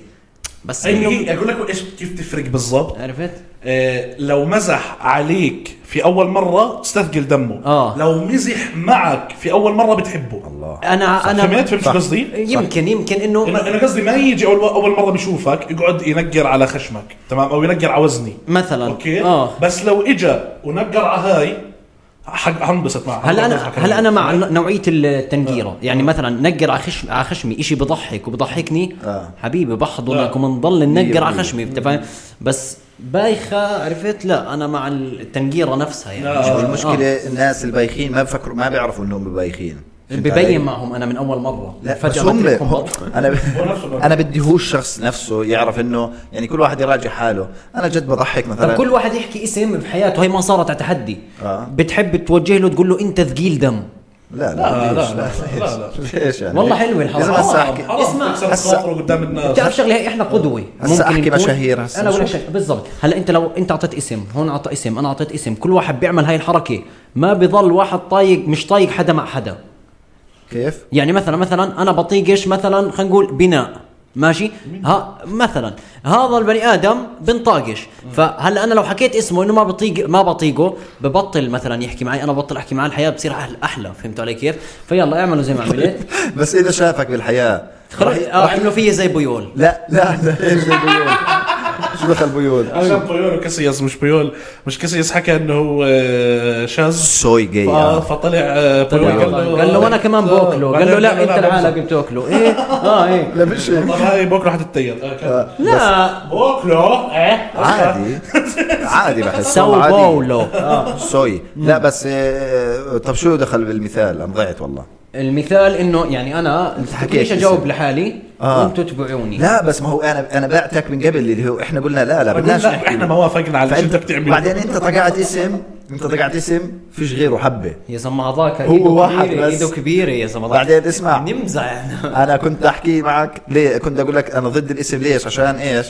Speaker 1: بس
Speaker 3: هي-
Speaker 1: انه
Speaker 3: اقول لك ايش كيف تفرق بالضبط
Speaker 1: عرفت؟
Speaker 3: آه، لو مزح عليك في اول مره تستثقل دمه
Speaker 1: آه.
Speaker 3: لو مزح معك في اول مره بتحبه الله إيه.
Speaker 1: انا انا
Speaker 3: فهمت فهمت شو قصدي؟
Speaker 1: يمكن يمكن انه
Speaker 3: انا أنا قصدي ما يجي اول اول مره بشوفك يقعد ينقر على خشمك تمام او ينقر على وزني
Speaker 1: مثلا
Speaker 3: اوكي
Speaker 1: اه
Speaker 3: بس لو اجا ونقر على هاي حق حنبسط معه
Speaker 1: هلا انا هلا انا مع نوعيه
Speaker 2: آه.
Speaker 1: التنقيره يعني مثلا نقر على خشم على خشمي شيء بضحك وبضحكني
Speaker 2: آه.
Speaker 1: حبيبي
Speaker 3: لا.
Speaker 1: بحضنك وبنضل ننقر على
Speaker 2: مية
Speaker 1: خشمي انت فاهم بس بايخه عرفت لا انا مع التنقيره نفسها يعني
Speaker 3: لا.
Speaker 1: شوي.
Speaker 3: آه.
Speaker 2: المشكله الناس البايخين ما بفكروا ما بيعرفوا انهم بايخين
Speaker 1: آه. ببين معهم انا من اول مره
Speaker 2: لا بس هم
Speaker 1: بتركهم
Speaker 2: هم-
Speaker 1: بط.
Speaker 2: انا
Speaker 3: نفسه بقى.
Speaker 2: انا بدي هو الشخص نفسه يعرف انه يعني كل واحد يراجع حاله انا جد بضحك مثلا
Speaker 1: طب كل واحد يحكي اسم بحياته هي ما صارت على تحدي
Speaker 2: آه.
Speaker 1: بتحب توجه له تقول له انت ثقيل دم
Speaker 2: لا
Speaker 3: لا،
Speaker 2: لا ليش؟
Speaker 3: لا،
Speaker 2: لا
Speaker 3: لا، لا، لا.
Speaker 2: ليش؟ ليش يعني
Speaker 1: والله حلوه الحركه
Speaker 2: لازم هسه
Speaker 1: آه.
Speaker 2: احكي
Speaker 1: اسمع.
Speaker 3: اسمع
Speaker 2: هسا-
Speaker 3: هسه بتعمل
Speaker 1: بتعرف
Speaker 3: الناس
Speaker 1: شغله هي احنا قدوه
Speaker 2: هسا أحكي
Speaker 1: يكون-
Speaker 2: مشاهير هسا
Speaker 1: انا ولا
Speaker 2: نشوف.
Speaker 1: شيء بالضبط هلا انت لو انت اعطيت اسم هون اعطى اسم انا اعطيت اسم كل واحد بيعمل هاي الحركه ما بضل واحد طايق مش طايق حدا مع حدا
Speaker 2: كيف؟
Speaker 1: يعني مثلا مثلا انا بطيقش مثلا خلينا نقول بناء ماشي ها مثلا هذا البني ادم بنطاقش فهلا انا لو حكيت اسمه انه ما بطيق ما بطيقه ببطل مثلا يحكي معي انا ببطل احكي معاه الحياه بتصير أحل- احلى فهمت علي كيف فيلا اعملوا زي ما عملت
Speaker 2: بس اذا شافك بالحياه
Speaker 1: خلص
Speaker 2: رح-
Speaker 1: آه، عملوا فيي زي بيول
Speaker 2: لا لا لا ايش زي بيول شو دخل بيول؟
Speaker 3: عشان بيول وكسياس مش بيول مش كسياس حكى انه هو آه، شاذ
Speaker 2: سوي جاي
Speaker 3: آه، فطلع آه،
Speaker 2: طيب.
Speaker 3: بيول
Speaker 1: قال له وانا كمان باكله قال له لا انت لحالك بتاكله ايه اه ايه
Speaker 2: لا مش هيك.
Speaker 3: طب هاي بكره حتتطير آه، كان.
Speaker 1: لا
Speaker 3: باكله
Speaker 2: عادي عادي بحس
Speaker 1: سو
Speaker 2: والله عادي.
Speaker 1: باولو
Speaker 2: آه. سوي لا بس آه، طب شو دخل بالمثال انا ضيعت والله
Speaker 1: المثال انه يعني انا
Speaker 2: حكيت
Speaker 1: حكيت اجاوب لحالي
Speaker 2: آه.
Speaker 1: وانتم تبعوني
Speaker 2: لا بس ما هو انا انا بعتك من قبل اللي هو احنا قلنا لا لا بدناش
Speaker 3: لا
Speaker 2: نحكي
Speaker 3: احنا ما وافقنا على اللي
Speaker 2: فأنت-
Speaker 3: انت بتعمله
Speaker 2: بعدين انت طقعت اسم انت طقعت اسم فيش غيره حبه
Speaker 1: يا زلمه هذاك
Speaker 2: هو
Speaker 1: ايده
Speaker 2: واحد
Speaker 1: كبيرة،
Speaker 2: بس.
Speaker 1: ايده كبيره يا زلمه هذاك.
Speaker 2: بعدين اسمع
Speaker 3: يعني
Speaker 1: نمزح
Speaker 2: انا كنت احكي معك ليه كنت اقول لك انا ضد الاسم ليش عشان ايش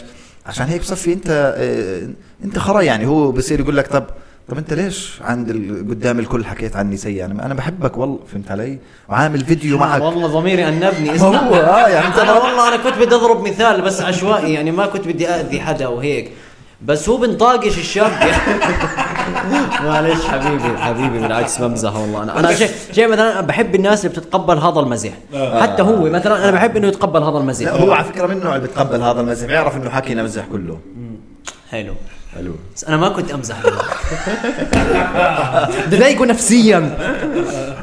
Speaker 2: عشان هيك بصفي انت اه انت خرا يعني هو بصير يقول لك طب طب انت ليش عند ال- قدام الكل حكيت عني سيء انا انا بحبك والله فهمت علي وعامل فيديو معك
Speaker 1: والله ضميري انبني
Speaker 2: ما
Speaker 1: اسمع
Speaker 2: هو اه يعني انت
Speaker 1: انا والله انا كنت بدي اضرب مثال بس عشوائي يعني ما كنت بدي اذي حدا وهيك بس هو بنطاقش الشاب معلش حبيبي حبيبي بالعكس بمزح والله انا انا شيء شيء مثلا أنا بحب الناس اللي بتتقبل هذا المزح حتى هو مثلا انا بحب انه يتقبل هذا
Speaker 2: لا
Speaker 1: المزح
Speaker 2: هو على فكره منه اللي بتقبل هذا المزح بيعرف انه حكينا مزح كله
Speaker 1: حلو
Speaker 2: حلو
Speaker 1: بس انا ما كنت امزح بدي اضايقه نفسيا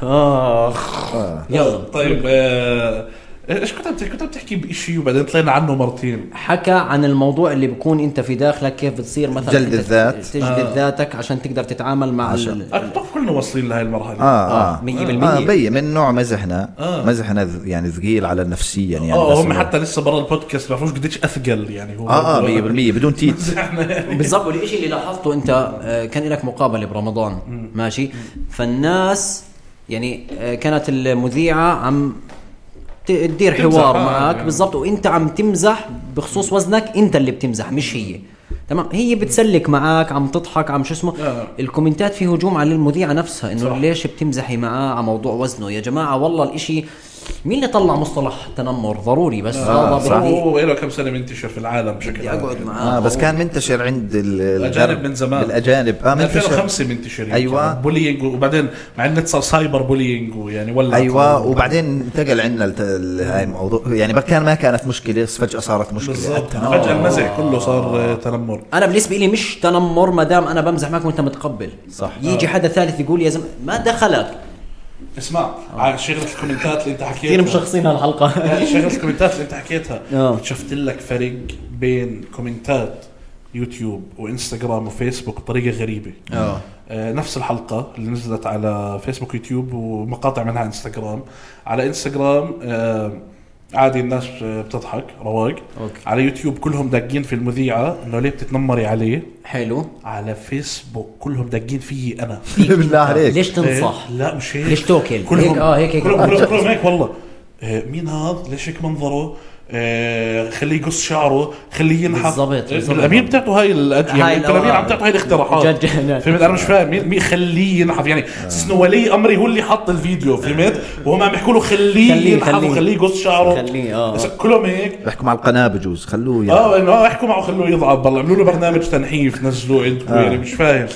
Speaker 1: اخ يلا
Speaker 3: طيب آه، ايش كنت عم تحكي كنت عم تحكي بشيء وبعدين طلعنا عنه مرتين
Speaker 1: حكى عن الموضوع اللي بكون انت في داخلك كيف بتصير مثلا
Speaker 2: جلد
Speaker 1: أنت
Speaker 2: الذات.
Speaker 1: تجلد آه. ذاتك عشان تقدر تتعامل مع عشان.
Speaker 3: آه، بتعرف كلنا واصلين لهي المرحله
Speaker 2: اه اه
Speaker 1: 100%.
Speaker 2: آه، بي من نوع مزحنا
Speaker 3: آه.
Speaker 2: مزحنا ذ- يعني ثقيل على النفسيا يعني
Speaker 3: اه
Speaker 2: بس
Speaker 3: هم
Speaker 2: إنه-
Speaker 3: حتى لسه برا البودكاست ما بيعرفوش قديش اثقل يعني هو
Speaker 2: اه اه 100% بدون تيت
Speaker 1: بالضبط والشيء اللي لاحظته انت آه، كان لك مقابله برمضان ماشي فالناس يعني آه، كانت المذيعه عم ت- تدير
Speaker 3: تمزح،
Speaker 1: حوار
Speaker 3: آه،
Speaker 1: معك
Speaker 3: يعني.
Speaker 1: بالضبط وانت عم تمزح بخصوص وزنك انت اللي بتمزح مش هي تمام هي بتسلك معك عم تضحك عم شو اسمه
Speaker 3: آه.
Speaker 1: الكومنتات في هجوم على المذيعه نفسها انه
Speaker 3: صح.
Speaker 1: ليش بتمزحي معاه على موضوع وزنه يا جماعه والله الاشي مين اللي طلع مصطلح تنمر ضروري بس
Speaker 3: آه،
Speaker 1: آه، هذا
Speaker 2: صح.
Speaker 1: بدي-
Speaker 3: هو له كم سنه منتشر في العالم بشكل
Speaker 1: بدي
Speaker 3: عام
Speaker 1: اقعد معاه
Speaker 2: اه بس كان منتشر عند ال- ال-
Speaker 3: الأجانب من زمان.
Speaker 2: الاجانب اه منتشر
Speaker 3: 2005 منتشر يعني
Speaker 2: أيوة.
Speaker 3: كان بولينج وبعدين مع النت صار سايبر بولينج يعني ويعني ولا
Speaker 2: ايوه وبعدين انتقل عندنا الت- ال- هاي الموضوع يعني كان ما كانت مشكله بس فجاه صارت مشكله
Speaker 3: بالضبط
Speaker 2: التنمر.
Speaker 3: فجاه المزح كله صار آه، تنمر
Speaker 1: انا بالنسبه لي مش تنمر ما دام انا بمزح معك وانت متقبل
Speaker 2: صح. آه.
Speaker 1: يجي حدا ثالث يقول يا زلمه ما دخلك
Speaker 3: اسمع
Speaker 2: آه.
Speaker 3: على شغله الكومنتات اللي انت
Speaker 2: إيه.
Speaker 3: حكيتها
Speaker 1: كثير مشخصين هالحلقه
Speaker 3: لا، شغله الكومنتات اللي انت حكيتها
Speaker 1: آه.
Speaker 3: شفت لك فرق بين كومنتات يوتيوب وانستغرام وفيسبوك بطريقه غريبه
Speaker 1: آه.
Speaker 3: آه، نفس الحلقه اللي نزلت على فيسبوك يوتيوب ومقاطع منها انستغرام على انستغرام آه، عادي الناس آه، بتضحك رواق
Speaker 1: أوكي.
Speaker 3: على يوتيوب كلهم داقين في المذيعه انه ليه بتتنمري عليه
Speaker 1: حلو
Speaker 3: على فيسبوك كلهم داقين فيي انا
Speaker 2: بالله آه، عليك
Speaker 1: ليش تنصح
Speaker 3: إيه؟ لا مش هيك
Speaker 1: ليش توكل؟
Speaker 3: كلهم
Speaker 1: هيك- آه، هيك- هيك.
Speaker 3: كلهم كلهم, كلهم هيك والله إيه، مين هذا ليش هيك منظره آه، خليه يقص شعره خليه ينحف
Speaker 1: بالضبط، بالضبط.
Speaker 3: الامير بتعطوا هاي الادعيه
Speaker 1: هاي
Speaker 3: يعني انت الامير
Speaker 1: الأوراق.
Speaker 3: عم تعطوا هاي الاقتراحات
Speaker 1: جد- جد.
Speaker 3: فهمت انا مش فاهم مين مين خليه ينحف يعني اساس انه ولي امري هو اللي حط الفيديو فهمت وهم عم بيحكوا له خليه
Speaker 1: خليه-
Speaker 3: ينحف
Speaker 1: خليه.
Speaker 3: وخليه يقص شعره
Speaker 1: خليه، آه.
Speaker 3: بس كلهم هيك
Speaker 5: بيحكوا مع القناه بجوز خلوه يعني.
Speaker 3: اه انه اه احكوا معه خلوه يضعف والله عملوا له برنامج تنحيف نزلوه
Speaker 1: آه.
Speaker 3: عندكم يعني مش فاهم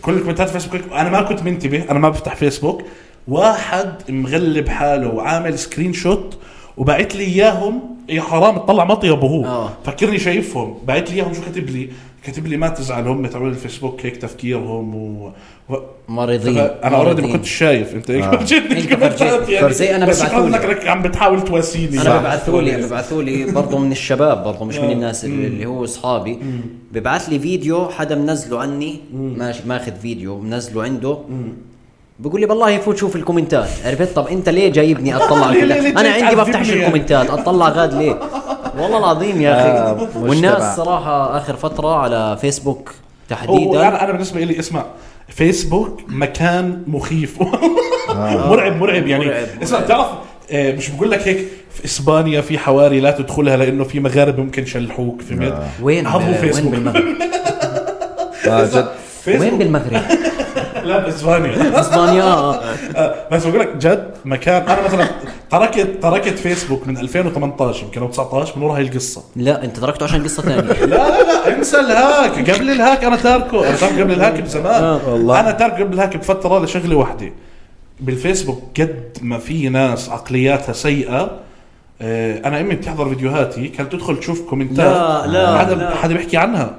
Speaker 3: كل الكومنتات فيسبوك انا ما كنت منتبه انا ما بفتح فيسبوك واحد مغلب حاله وعامل سكرين شوت وبعت لي اياهم يا حرام طلع مطيبه هو
Speaker 1: آه.
Speaker 3: فكرني شايفهم بعت لي اياهم شو كاتب لي كاتب لي ما تزعل هم تعبوا الفيسبوك هيك تفكيرهم و... و...
Speaker 1: مريضين
Speaker 3: انا اوريدي
Speaker 1: طيب.
Speaker 3: ما كنتش شايف انت هيك فرجيتني
Speaker 1: أنت
Speaker 3: الكومنتات
Speaker 1: فرجيتني.
Speaker 3: يعني
Speaker 1: آه. فرجي، أنا
Speaker 3: بس
Speaker 1: ببعتولي.
Speaker 3: كأنك لك عم بتحاول تواسيني
Speaker 1: انا ببعثوا لي ببعثوا لي برضه من الشباب برضه مش من
Speaker 3: اه.
Speaker 1: الناس اللي اللي هو اصحابي ببعث لي فيديو حدا منزله عني ماشي ماخذ فيديو منزله عنده بقول لي بالله فوت شوف الكومنتات عرفت طب انت ليه جايبني اطلع
Speaker 3: ليه- ليه- ليه
Speaker 1: انا
Speaker 3: جاي
Speaker 1: عندي
Speaker 3: تعذبني
Speaker 1: بفتحش
Speaker 3: يعني؟
Speaker 1: الكومنتات اطلع غاد ليه والله العظيم يا
Speaker 5: آه،
Speaker 1: اخي
Speaker 5: مجتمع.
Speaker 1: والناس صراحه اخر فتره على فيسبوك
Speaker 3: هو
Speaker 1: تحديدا
Speaker 3: انا انا بالنسبه لي اسمع فيسبوك مكان مخيف مرعب مرعب يعني
Speaker 1: مرعب،
Speaker 3: اسمع بتعرف آه، مش بقول لك هيك في اسبانيا في حواري لا تدخلها لانه في مغارب ممكن شلحوك فهمت؟
Speaker 1: وين
Speaker 3: عبوا
Speaker 1: بال- وين
Speaker 3: فيسبوك
Speaker 1: بالمغرب
Speaker 2: آه،
Speaker 5: اه جد
Speaker 1: وين
Speaker 3: فيسبوك
Speaker 1: بالمغرب
Speaker 3: لا باسبانيا
Speaker 1: اسبانيا آه.
Speaker 3: آه، بس بقول لك جد مكان انا مثلا تركت تركت فيسبوك من 2018 يمكن او 19 من ورا هاي القصه
Speaker 1: لا انت تركته عشان قصه ثانيه
Speaker 3: لا لا لا انسى الهاك قبل الهاك انا تاركه انا تاركه قبل الهاك بزمان
Speaker 1: آه،
Speaker 5: والله.
Speaker 3: انا تاركه قبل الهاك بفتره لشغله وحده بالفيسبوك قد ما في ناس عقلياتها سيئه آه، انا امي بتحضر فيديوهاتي كانت تدخل تشوف كومنتات
Speaker 1: لا، لا،
Speaker 3: حدا
Speaker 1: لا.
Speaker 3: حدا بيحكي عنها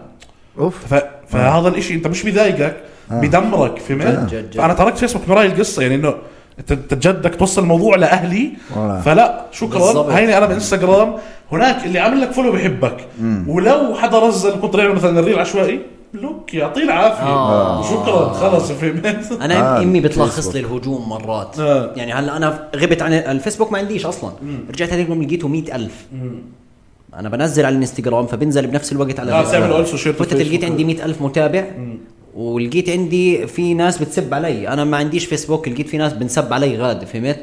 Speaker 5: اوف
Speaker 3: ف... فهذا الاشي انت مش بيضايقك بيدمرك فهمت؟
Speaker 1: آه. جد، جد.
Speaker 3: فانا تركت فيسبوك من وراي القصه يعني انه انت انت جد بدك توصل الموضوع لاهلي
Speaker 5: والله.
Speaker 3: فلا
Speaker 1: بالضبط.
Speaker 3: شكرا هيني انا بانستغرام هناك اللي عامل لك فولو بحبك ولو حدا رزل كنت يعمل مثلا الريل عشوائي لوك يعطيه العافيه
Speaker 1: آه.
Speaker 3: شكرا خلص فهمت؟
Speaker 1: انا
Speaker 5: آه،
Speaker 1: آه امي بتلخص لي الهجوم مرات
Speaker 3: آه.
Speaker 1: آه. يعني هلا انا غبت عن الفيسبوك ما عنديش اصلا مم. رجعت هذيك اليوم لقيته مئة ألف انا بنزل على الانستغرام فبنزل بنفس الوقت على
Speaker 3: آه،
Speaker 1: الفيسبوك.
Speaker 3: تعمل also share to
Speaker 1: فتت
Speaker 3: Facebook.
Speaker 1: لقيت عندي مئة ألف متابع ولقيت عندي في ناس بتسب علي انا ما عنديش فيسبوك لقيت في ناس بنسب علي غاد فهمت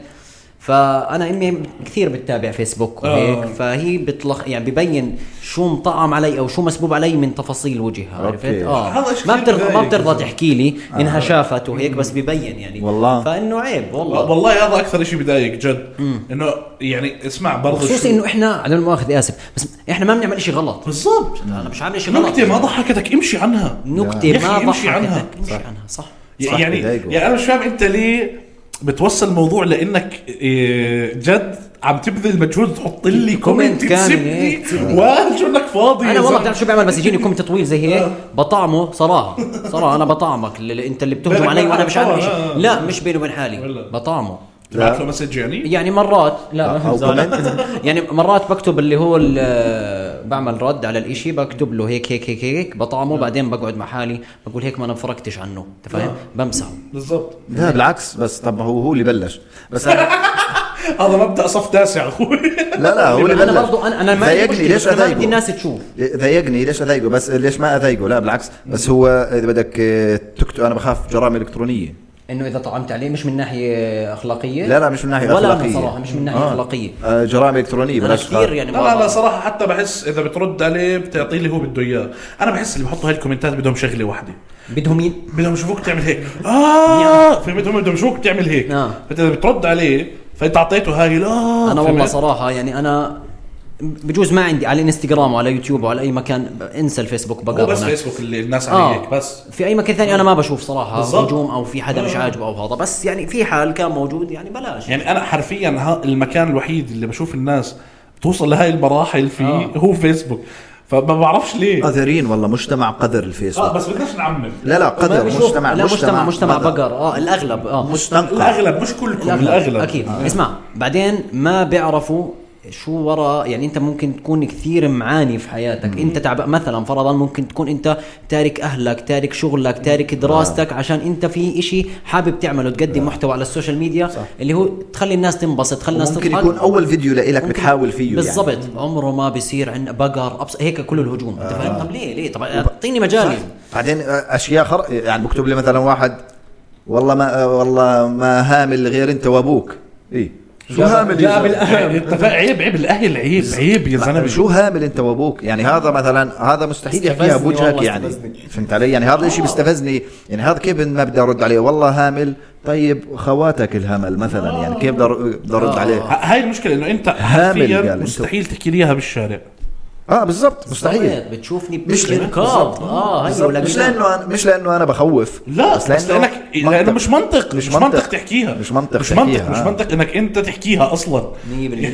Speaker 1: فانا امي كثير بتتابع فيسبوك وهيك
Speaker 3: آه.
Speaker 1: فهي بتلخ يعني ببين شو مطعم علي او شو مسبوب علي من تفاصيل وجهها عرفت
Speaker 5: أوكي.
Speaker 1: اه
Speaker 3: هذا إشي
Speaker 1: ما
Speaker 3: كتير
Speaker 1: بترضى ما
Speaker 3: مضايق.
Speaker 1: بترضى تحكي لي
Speaker 3: آه.
Speaker 1: انها شافت وهيك بس ببين يعني
Speaker 5: والله.
Speaker 1: فانه عيب والله
Speaker 3: والله هذا اكثر شيء بضايق جد انه يعني اسمع برضه شو-
Speaker 1: خصوصي انه احنا على المؤاخذه اسف بس احنا ما بنعمل شيء غلط
Speaker 3: بالضبط
Speaker 1: انا مش عامل شيء غلط
Speaker 3: نكته ما ضحكتك امشي عنها يا
Speaker 1: نكته
Speaker 3: أخي
Speaker 1: ما
Speaker 3: امشي عنها.
Speaker 1: ضحكتك امشي عنها صح
Speaker 5: صح،
Speaker 3: يعني
Speaker 5: بيضايقوا.
Speaker 3: يعني انا مش فاهم انت ليه بتوصل الموضوع لانك إيه، جد عم تبذل مجهود تحط لي كومنت
Speaker 1: كومنت كامل،
Speaker 3: تسبني
Speaker 1: إيه،
Speaker 3: وشو انك فاضي
Speaker 1: انا
Speaker 3: يا
Speaker 1: والله
Speaker 3: زلمة.
Speaker 1: بتعرف شو بعمل بس يجيني كومنت طويل زي
Speaker 3: آه.
Speaker 1: هيك بطعمه صراحه صراحه انا بطعمك اللي انت اللي
Speaker 3: بالك
Speaker 1: بتهجم علي
Speaker 3: ما
Speaker 1: وانا مش عامل
Speaker 3: طبعاً، آه.
Speaker 1: شيء لا مش بيني وبين حالي
Speaker 3: ولا.
Speaker 1: بطعمه
Speaker 3: تبعت له مسج يعني
Speaker 1: يعني مرات لا
Speaker 5: أو
Speaker 1: زعلان. يعني مرات بكتب اللي هو ال- آه، بعمل رد على الاشي بكتب له هيك هيك هيك هيك
Speaker 3: نعم.
Speaker 1: بطعمه بعدين بقعد مع حالي بقول هيك ما انا فرقتش عنه انت فاهم بمسحه
Speaker 3: بالضبط
Speaker 5: لا بالعكس بس طب ما هو هو اللي بلش بس أنا
Speaker 3: هذا مبدا صف تاسع اخوي
Speaker 5: لا لا هو اللي بلش
Speaker 1: انا برضه انا انا ما عندي
Speaker 5: ضايقني
Speaker 1: مشكلة،
Speaker 5: ليش
Speaker 1: بس أنا ما بدي
Speaker 5: اضايقه
Speaker 1: الناس تشوف
Speaker 5: ضايقني ليش اضايقه بس ليش ما اضايقه لا بالعكس بس هو اذا بدك آه، تكتب انا بخاف جرائم الكترونيه
Speaker 1: انه اذا طعمت عليه مش من ناحيه اخلاقيه
Speaker 5: لا لا مش من ناحيه
Speaker 1: إيه؟ ولا
Speaker 5: اخلاقيه
Speaker 1: انا صراحه مش من ناحيه
Speaker 5: آه.
Speaker 1: اخلاقيه
Speaker 5: آه، جرائم الكترونيه
Speaker 1: انا
Speaker 5: بلاش
Speaker 1: كثير
Speaker 5: خاف.
Speaker 1: يعني
Speaker 3: لا لا لا
Speaker 1: ما-
Speaker 3: صراحه حتى بحس اذا بترد عليه بتعطيه اللي هو بده اياه انا بحس اللي بحطوا هاي الكومنتات بدهم شغله واحده
Speaker 1: بدهم مين
Speaker 3: بدهم يشوفوك تعمل هيك
Speaker 1: نعم.
Speaker 3: اه فهمت هم بدهم يشوفوك تعمل هيك
Speaker 1: آه.
Speaker 3: فانت اذا بترد عليه فانت اعطيته هاي لا
Speaker 1: انا والله
Speaker 3: آه، فهمت؟
Speaker 1: صراحه يعني انا بجوز ما عندي على الانستغرام وعلى يوتيوب وعلى اي مكان ب- انسى الفيسبوك
Speaker 3: هو
Speaker 1: بقرا
Speaker 3: بس
Speaker 1: أنا.
Speaker 3: فيسبوك اللي الناس
Speaker 1: آه.
Speaker 3: عليه هيك بس
Speaker 1: في اي مكان ثاني انا ما بشوف صراحه
Speaker 3: بالضبط.
Speaker 1: هجوم او في حدا مش
Speaker 3: آه.
Speaker 1: عاجبه او هذا بس يعني في حال كان موجود يعني بلاش
Speaker 3: يعني انا حرفيا ها المكان الوحيد اللي بشوف الناس بتوصل لهاي المراحل فيه
Speaker 1: آه.
Speaker 3: هو فيسبوك فما بعرفش ليه
Speaker 2: آه.
Speaker 5: قذرين والله مجتمع قذر
Speaker 3: اه
Speaker 5: الفيسبوك
Speaker 3: بس بدناش نعمم
Speaker 5: لا لا
Speaker 1: آه، ما
Speaker 5: قذر
Speaker 1: بشوف-
Speaker 5: مجتمع
Speaker 1: لا مجتمع مجتمع
Speaker 5: قذر.
Speaker 1: بقر اه الاغلب اه
Speaker 5: مستنقع
Speaker 3: الاغلب مش كلكم
Speaker 1: الاغلب,
Speaker 3: الاغلب,
Speaker 1: اكيد آه. اسمع بعدين ما بيعرفوا شو ورا يعني انت ممكن تكون كثير معاني في حياتك انت تعب مثلا فرضا ممكن تكون انت تارك اهلك تارك شغلك تارك دراستك عشان انت في إشي حابب تعمله تقدم محتوى على السوشيال ميديا صح. اللي هو تخلي الناس تنبسط تخلي الناس
Speaker 5: ممكن
Speaker 1: تضحك
Speaker 5: يكون اول فيديو لإلك
Speaker 1: ممكن-
Speaker 5: بتحاول فيه
Speaker 1: بالضبط
Speaker 5: يعني.
Speaker 1: يعني. عمره ما بيصير عندنا بقر أبص... هيك كل الهجوم انت فاهم طب ليه ليه طب اعطيني مجالي
Speaker 5: بعدين آه، اشياء خر... يعني بكتب لي مثلا واحد والله ما آه، والله ما هامل غير انت وابوك اي
Speaker 2: شو هامل إيه. يا
Speaker 1: جاب
Speaker 2: زلمة؟
Speaker 1: الأهم.
Speaker 3: اتفق- عيب عيب الاهل عيب عيب يا زلمه
Speaker 2: شو هامل انت وابوك يعني هذا مثلا هذا مستحيل يحكيها
Speaker 1: استفزني
Speaker 2: بوجهك
Speaker 1: والله
Speaker 2: يعني
Speaker 1: استفزني.
Speaker 2: فهمت علي يعني هذا الشيء بيستفزني يعني هذا كيف ما بدي ارد عليه والله هامل طيب خواتك الهمل مثلا يعني كيف بدي أر- بدي ارد عليه
Speaker 3: ه- هاي المشكله انه انت
Speaker 2: قال
Speaker 3: حرفيا
Speaker 2: أنت.
Speaker 3: مستحيل تحكي لي اياها بالشارع
Speaker 2: اه بالضبط
Speaker 3: طيب،
Speaker 2: مستحيل
Speaker 1: بتشوفني
Speaker 2: مش لأن-
Speaker 1: بالنقاب اه هي
Speaker 2: بالضبط.
Speaker 1: ولا
Speaker 2: مش
Speaker 1: بالنقاب.
Speaker 2: لانه أنا مش لانه انا بخوف
Speaker 3: لا بس لانك لانه مش منطق مش منطق, تحكيها
Speaker 2: مش منطق
Speaker 3: مش منطق
Speaker 2: تحكيها،
Speaker 3: مش
Speaker 2: آه.
Speaker 3: منطق انك انت تحكيها اصلا
Speaker 1: 100%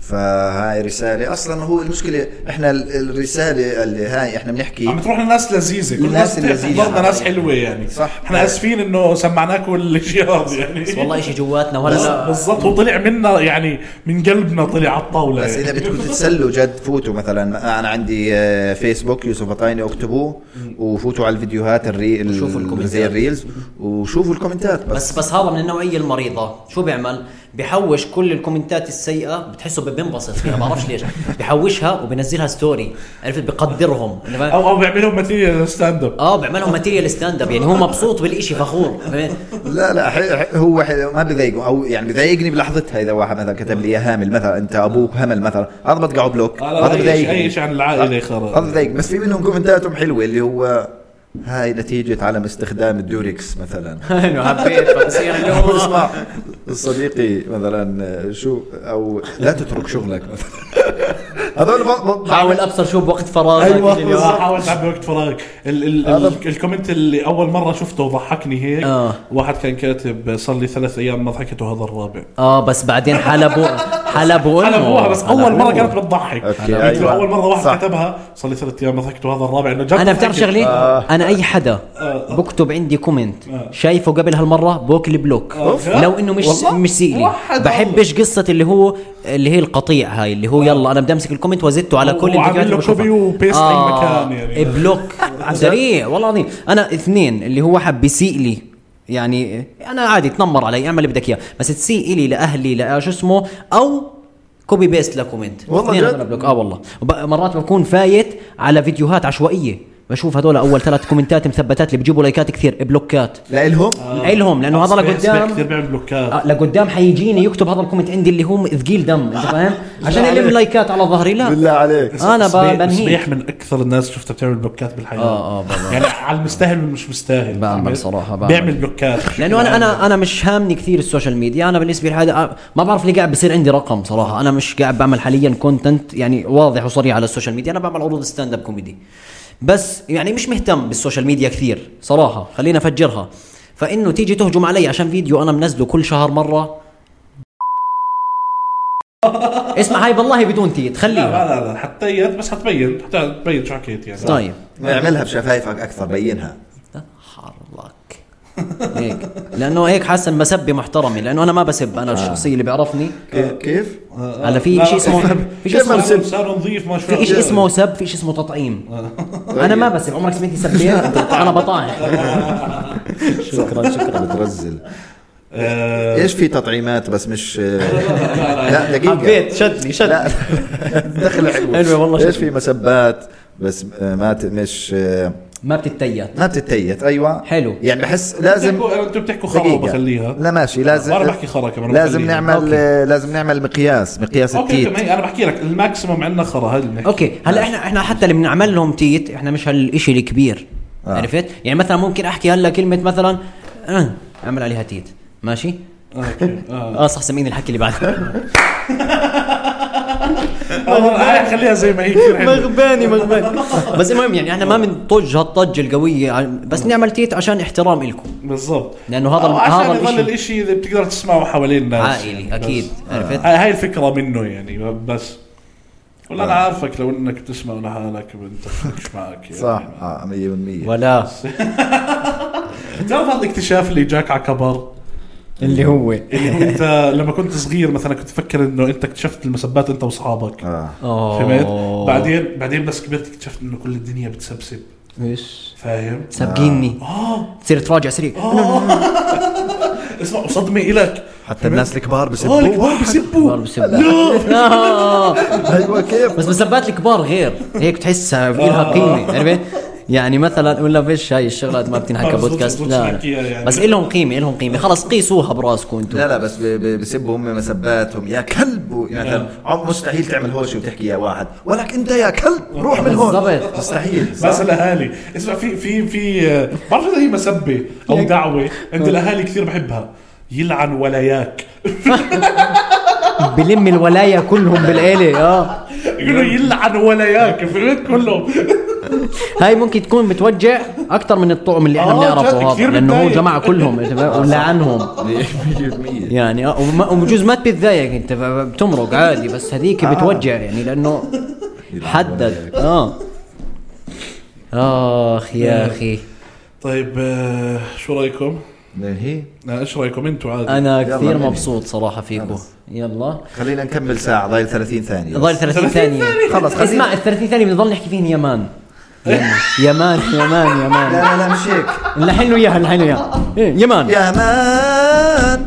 Speaker 2: فهاي رساله اصلا هو المشكله احنا ال- الرساله اللي هاي احنا
Speaker 3: عم
Speaker 1: إيه؟
Speaker 2: بنحكي
Speaker 3: تروح لناس لذيذه كل
Speaker 2: الناس
Speaker 3: الناس
Speaker 2: اللذيذة.
Speaker 3: تحضرنا ناس حلوه يعني
Speaker 2: صح.
Speaker 3: احنا اسفين انه سمعناكم الجهاز يعني
Speaker 1: بس والله شيء جواتنا ولا
Speaker 3: بس-
Speaker 1: لا
Speaker 3: بالضبط هو طلع منا يعني من قلبنا طلع على الطاوله
Speaker 2: بس اذا
Speaker 3: يعني.
Speaker 2: بدكم تتسلوا جد فوتوا مثلا انا عندي آه، فيسبوك يوسف عطايني اكتبوه وفوتوا على الفيديوهات الري ال-
Speaker 1: وشوفوا الكومنتات.
Speaker 2: زي الريلز وشوفوا الكومنتات بس
Speaker 1: بس بس هذا من النوعيه المريضه شو بيعمل بحوش كل الكومنتات السيئه بتحسه بينبسط فيها ما بعرفش ليش بحوشها وبنزلها ستوري عرفت بقدرهم أنت فاهم؟
Speaker 3: او او بيعملوا ماتيريال ستاند اب
Speaker 1: اه بيعملهم ماتيريال ستاند اب يعني هو مبسوط بالإشي فخور فاهم؟
Speaker 2: لا لا ح- ح- هو ح- ما بضايقه او يعني بضايقني بلحظتها اذا واحد مثلا كتب لي يا هامل مثلا انت ابوك
Speaker 3: آه.
Speaker 2: همل مثلا هذا بطقعه بلوك هذا
Speaker 3: اي
Speaker 2: بضايقني
Speaker 3: شيء عن العائله خلاص
Speaker 2: هذا بضايق بس في منهم كومنتاتهم حلوه اللي هو هاي نتيجة عدم استخدام الدوريكس مثلا
Speaker 1: انه حبيت يعني فبصير اللي
Speaker 2: أو
Speaker 1: هو
Speaker 2: اسمع صديقي مثلا آه، شو او لا تترك شغلك مثلا هذول ب- ب-
Speaker 1: حاول ابصر شو بوقت فراغك
Speaker 2: أيوة،
Speaker 1: اللي هو-
Speaker 3: آه، حاول تعبي وقت فراغك ال ال ال الكومنت اللي اول مره شفته ضحكني هيك
Speaker 1: آه.
Speaker 3: واحد كان كاتب صار لي ثلاث ايام ما ضحكت وهذا الرابع
Speaker 1: اه بس بعدين حلبوا حلبوا
Speaker 3: انا
Speaker 1: أمه.
Speaker 3: ابوها بس اول مره كانت بتضحك
Speaker 2: أوكي،
Speaker 3: مثل
Speaker 2: أيوة.
Speaker 3: اول مره
Speaker 2: صح.
Speaker 3: واحد كتبها صار لي ثلاث ايام ما ضحكت وهذا الرابع انه جد
Speaker 1: انا بتعرف
Speaker 3: ضحكت.
Speaker 1: شغلي انا اي حدا
Speaker 3: آه.
Speaker 1: بكتب عندي كومنت شايفه قبل هالمره بوكل بلوك
Speaker 3: آه. أوف.
Speaker 1: لو انه مش
Speaker 3: والله؟
Speaker 1: مش سيئلي
Speaker 3: وحد
Speaker 1: بحبش قصه اللي هو اللي هي القطيع هاي اللي هو يلا انا بدي امسك الكومنت وازته على كل الفيديوهات
Speaker 3: وعامل له
Speaker 1: اللي بشوفها.
Speaker 3: copy وpaste أي
Speaker 1: آه،
Speaker 3: مكان يعني.
Speaker 1: بلوك سريع والله العظيم انا اثنين اللي هو حب يسيء لي يعني انا عادي تنمر علي اعمل اللي بدك اياه بس تسيء لي لاهلي لا شو اسمه او كوبي بيست لكومنت
Speaker 2: والله
Speaker 1: اثنين
Speaker 2: جد؟
Speaker 1: أنا بلوك اه والله وب- مرات بكون فايت على فيديوهات عشوائيه بشوف هذول اول ثلاث كومنتات مثبتات اللي بجيبوا لايكات كثير بلوكات
Speaker 2: لإلهم
Speaker 1: الهم لانه هذا
Speaker 3: سمعت- سمعت
Speaker 1: لقدام
Speaker 3: آه. كثير بيعمل بلوكات
Speaker 1: آه، لقدام حيجيني يكتب هذا الكومنت عندي اللي هو ثقيل دم انت فاهم عشان يلم لايكات على ظهري لا
Speaker 2: بالله عليك
Speaker 1: انا ب- بنهيك
Speaker 3: صبيح من اكثر الناس شفتها بتعمل بلوكات بالحياه
Speaker 1: آه، آه، بالله.
Speaker 3: يعني على المستاهل مش مستاهل
Speaker 1: بعمل
Speaker 3: فهمت؟
Speaker 1: صراحة، بعمل.
Speaker 3: بيعمل بلوكات
Speaker 1: لانه انا انا انا مش هامني كثير السوشيال ميديا انا بالنسبه لي هذا ما بعرف ليه قاعد بصير عندي رقم صراحه انا مش قاعد بعمل حاليا كونتنت يعني واضح وصريح على السوشيال ميديا انا بعمل عروض ستاند اب كوميدي بس يعني مش مهتم بالسوشيال ميديا كثير صراحه خلينا افجرها فانه تيجي تهجم علي عشان فيديو انا منزله كل شهر مره اسمع هاي بالله بدون تي
Speaker 3: لا
Speaker 1: تخليها
Speaker 3: لا لا حتبين بس حتبين حتبين شو حكيت يعني
Speaker 1: طيب
Speaker 2: اعملها بشفايفك اكثر بينها
Speaker 1: حرلك هيك لانه هيك حسن مسبه محترمه لانه انا ما بسب انا الشخصيه اللي بيعرفني
Speaker 2: كيف؟
Speaker 1: هلا في
Speaker 3: آه، لا،
Speaker 1: شيء اسمه في شيء
Speaker 2: كيف ما
Speaker 1: اسمه
Speaker 2: بصير؟
Speaker 3: صار صار نظيف ما شاء
Speaker 1: في شيء
Speaker 3: الله
Speaker 1: اسمه سب في شيء اسمه تطعيم انا ما بسب عمرك سمعتني سبين انا بطعن
Speaker 2: شكرا شكرا بترزل
Speaker 3: آه،
Speaker 2: ايش في تطعيمات بس مش لا دقيقة
Speaker 1: حبيت شدني
Speaker 2: لا
Speaker 1: شدني
Speaker 2: دخل حلو
Speaker 1: حلوة والله
Speaker 2: ايش
Speaker 1: شكراً.
Speaker 2: في مسبات بس آه، ما ت- مش آه،
Speaker 1: ما بتتيت
Speaker 2: ما بتتيت ايوه
Speaker 1: حلو.
Speaker 2: يعني بحس لازم
Speaker 3: بتحكوا- انتوا بتحكوا خرا وبخليها
Speaker 2: لا ماشي لازم
Speaker 3: وأنا بحكي خرا كمان
Speaker 2: لازم
Speaker 3: وبخليها.
Speaker 2: نعمل
Speaker 1: أوكي.
Speaker 2: لازم نعمل مقياس مقياس
Speaker 3: اوكي
Speaker 2: التيت
Speaker 3: تمام هي انا بحكي لك الماكسيموم عندنا خرا هذا اللي بنحكي.
Speaker 1: اوكي هلا احنا احنا حتى اللي بنعمل لهم تيت احنا مش هالشيء الكبير
Speaker 2: آه.
Speaker 1: عرفت يعني مثلا ممكن احكي هلا كلمه مثلا آه، اعمل عليها تيت ماشي
Speaker 3: اوكي آه.
Speaker 1: اه صح سمعين الحكي اللي بعده
Speaker 3: آه، خليها زي ما هي كثير حلوة.
Speaker 1: مغباني مغباني بس المهم يعني احنا ما بنطج هالطج القويه ع- بس نعمل تيت عشان احترام لكم
Speaker 3: بالضبط
Speaker 1: لانه هذا
Speaker 3: أو
Speaker 1: الم-
Speaker 3: عشان
Speaker 1: هذا
Speaker 3: يضل
Speaker 1: الشيء
Speaker 3: الاشي اللي بتقدر تسمعه حوالين الناس
Speaker 1: عائلي
Speaker 3: يعني،
Speaker 1: اكيد
Speaker 3: بس.
Speaker 1: عرفت
Speaker 3: هاي هاي الفكره منه يعني بس والله انا عارفك لو انك بتسمع لحالك انت مش معك يعني.
Speaker 2: صح اه 100%
Speaker 1: ولا
Speaker 3: بتعرف هذا الاكتشاف اللي جاك على كبر
Speaker 1: اللي هو
Speaker 3: اللي انت لما كنت صغير مثلا كنت تفكر انه انت اكتشفت المسبات انت واصحابك
Speaker 2: اه
Speaker 3: فهمت بعدين بعدين بس كبرت اكتشفت انه كل الدنيا بتسبسب
Speaker 1: ايش
Speaker 3: فاهم
Speaker 1: سابقيني
Speaker 3: اه
Speaker 1: تصير تراجع سريع
Speaker 3: اسمع وصدمه الك
Speaker 2: حتى الناس الكبار
Speaker 3: اه
Speaker 2: بسبوها
Speaker 3: الكبار بيسبوا
Speaker 1: لا
Speaker 2: ايوه كيف
Speaker 1: آه.
Speaker 3: آه.
Speaker 1: بس مسبات الكبار غير هيك بتحسها في لها قيمه عرفت يعني مثلا ولا فيش هاي الشغلات ما بتنحكى
Speaker 3: بزبط-
Speaker 1: بودكاست
Speaker 3: بزبط
Speaker 1: لا
Speaker 3: نحكيها يعني.
Speaker 1: بس إلهم قيمه إلهم قيمه خلص قيسوها براسكم انتم
Speaker 2: لا لا بس ب- ب- بسبوا هم مسباتهم يا كلب و- يعني
Speaker 3: نعم.
Speaker 2: مثلا عم- مستحيل تعمل هوشه وتحكي يا واحد ولك انت يا كلب روح من هون
Speaker 1: بالضبط.
Speaker 2: مستحيل صح؟
Speaker 3: بس الاهالي اسمع في في في آه، بعرف اذا هي مسبه او دعوه عند الاهالي كثير بحبها يلعن ولاياك
Speaker 1: بلم الولايا كلهم بالعيله اه
Speaker 3: يقولوا يلعن ولاياك فهمت كلهم
Speaker 1: هاي ممكن تكون بتوجع اكثر من الطعم اللي احنا
Speaker 3: آه، جد،
Speaker 1: بنعرفه هذا
Speaker 3: كثير
Speaker 1: لانه هو
Speaker 3: بتضايق.
Speaker 1: جمع كلهم أنت فاهم؟ ولا عنهم
Speaker 2: 100%
Speaker 1: يعني آه، وما- وبجوز ما تتضايق انت ب- بتمرق عادي بس هذيك
Speaker 2: آه.
Speaker 1: بتوجع يعني لانه حدد اه اخ يا اخي
Speaker 3: طيب آه، شو رايكم؟
Speaker 2: هي
Speaker 3: آه، ايش رايكم انتم عادي؟
Speaker 1: انا
Speaker 2: يلا
Speaker 1: كثير
Speaker 2: بينا.
Speaker 1: مبسوط صراحه فيكم يلا
Speaker 2: خلينا نكمل ساعه ضايل 30 ثانيه
Speaker 1: ضايل 30 ثانيه
Speaker 2: خلص، خلينا-
Speaker 1: اسمع ال 30 ثانيه بنضل نحكي فيهن يمان يمان يمان يمان يمان
Speaker 2: لا لا لا مش هيك
Speaker 1: نلحن له اياها نلحن له اياها إيه، يمان
Speaker 2: يا مان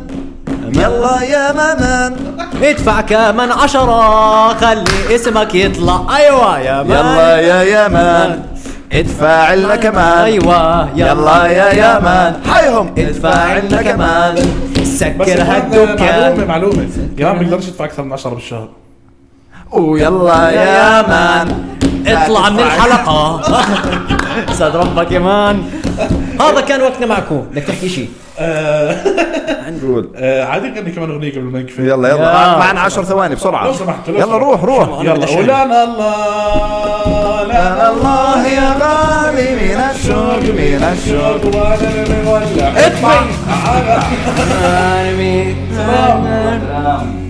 Speaker 2: يلا يا مان
Speaker 1: ادفع كمان عشرة خلي اسمك يطلع ايوه يا مان
Speaker 2: يلا يا يا مان ادفع لنا كمان
Speaker 1: ايوه
Speaker 2: يلا يا يا مان حيهم
Speaker 1: ادفع لنا كمان
Speaker 3: بس
Speaker 1: سكر
Speaker 3: كمان، آه، معلومه
Speaker 1: هالدكان
Speaker 3: معلومه يا ما بيقدرش يدفع اكثر من 10 بالشهر
Speaker 2: ويلا يا مان
Speaker 1: اطلع من
Speaker 2: تدفع.
Speaker 1: الحلقة سعد ربك يا مان هذا كان وقتنا معكم بدك تحكي شيء
Speaker 2: قول
Speaker 3: آه، عادي غني كمان اغنيه قبل ما نقفل
Speaker 2: يلا يلا
Speaker 1: يا.
Speaker 2: معنا 10 ثواني بسرعه
Speaker 3: لو سمحت، لو
Speaker 2: يلا
Speaker 3: سمحت.
Speaker 2: روح روح
Speaker 3: يلا ولعن الله لعن
Speaker 2: الله يا غالي من الشوق من الشوق
Speaker 3: الشوق وانا اللي مولع
Speaker 2: ادفع.
Speaker 3: عاد-
Speaker 1: سلام.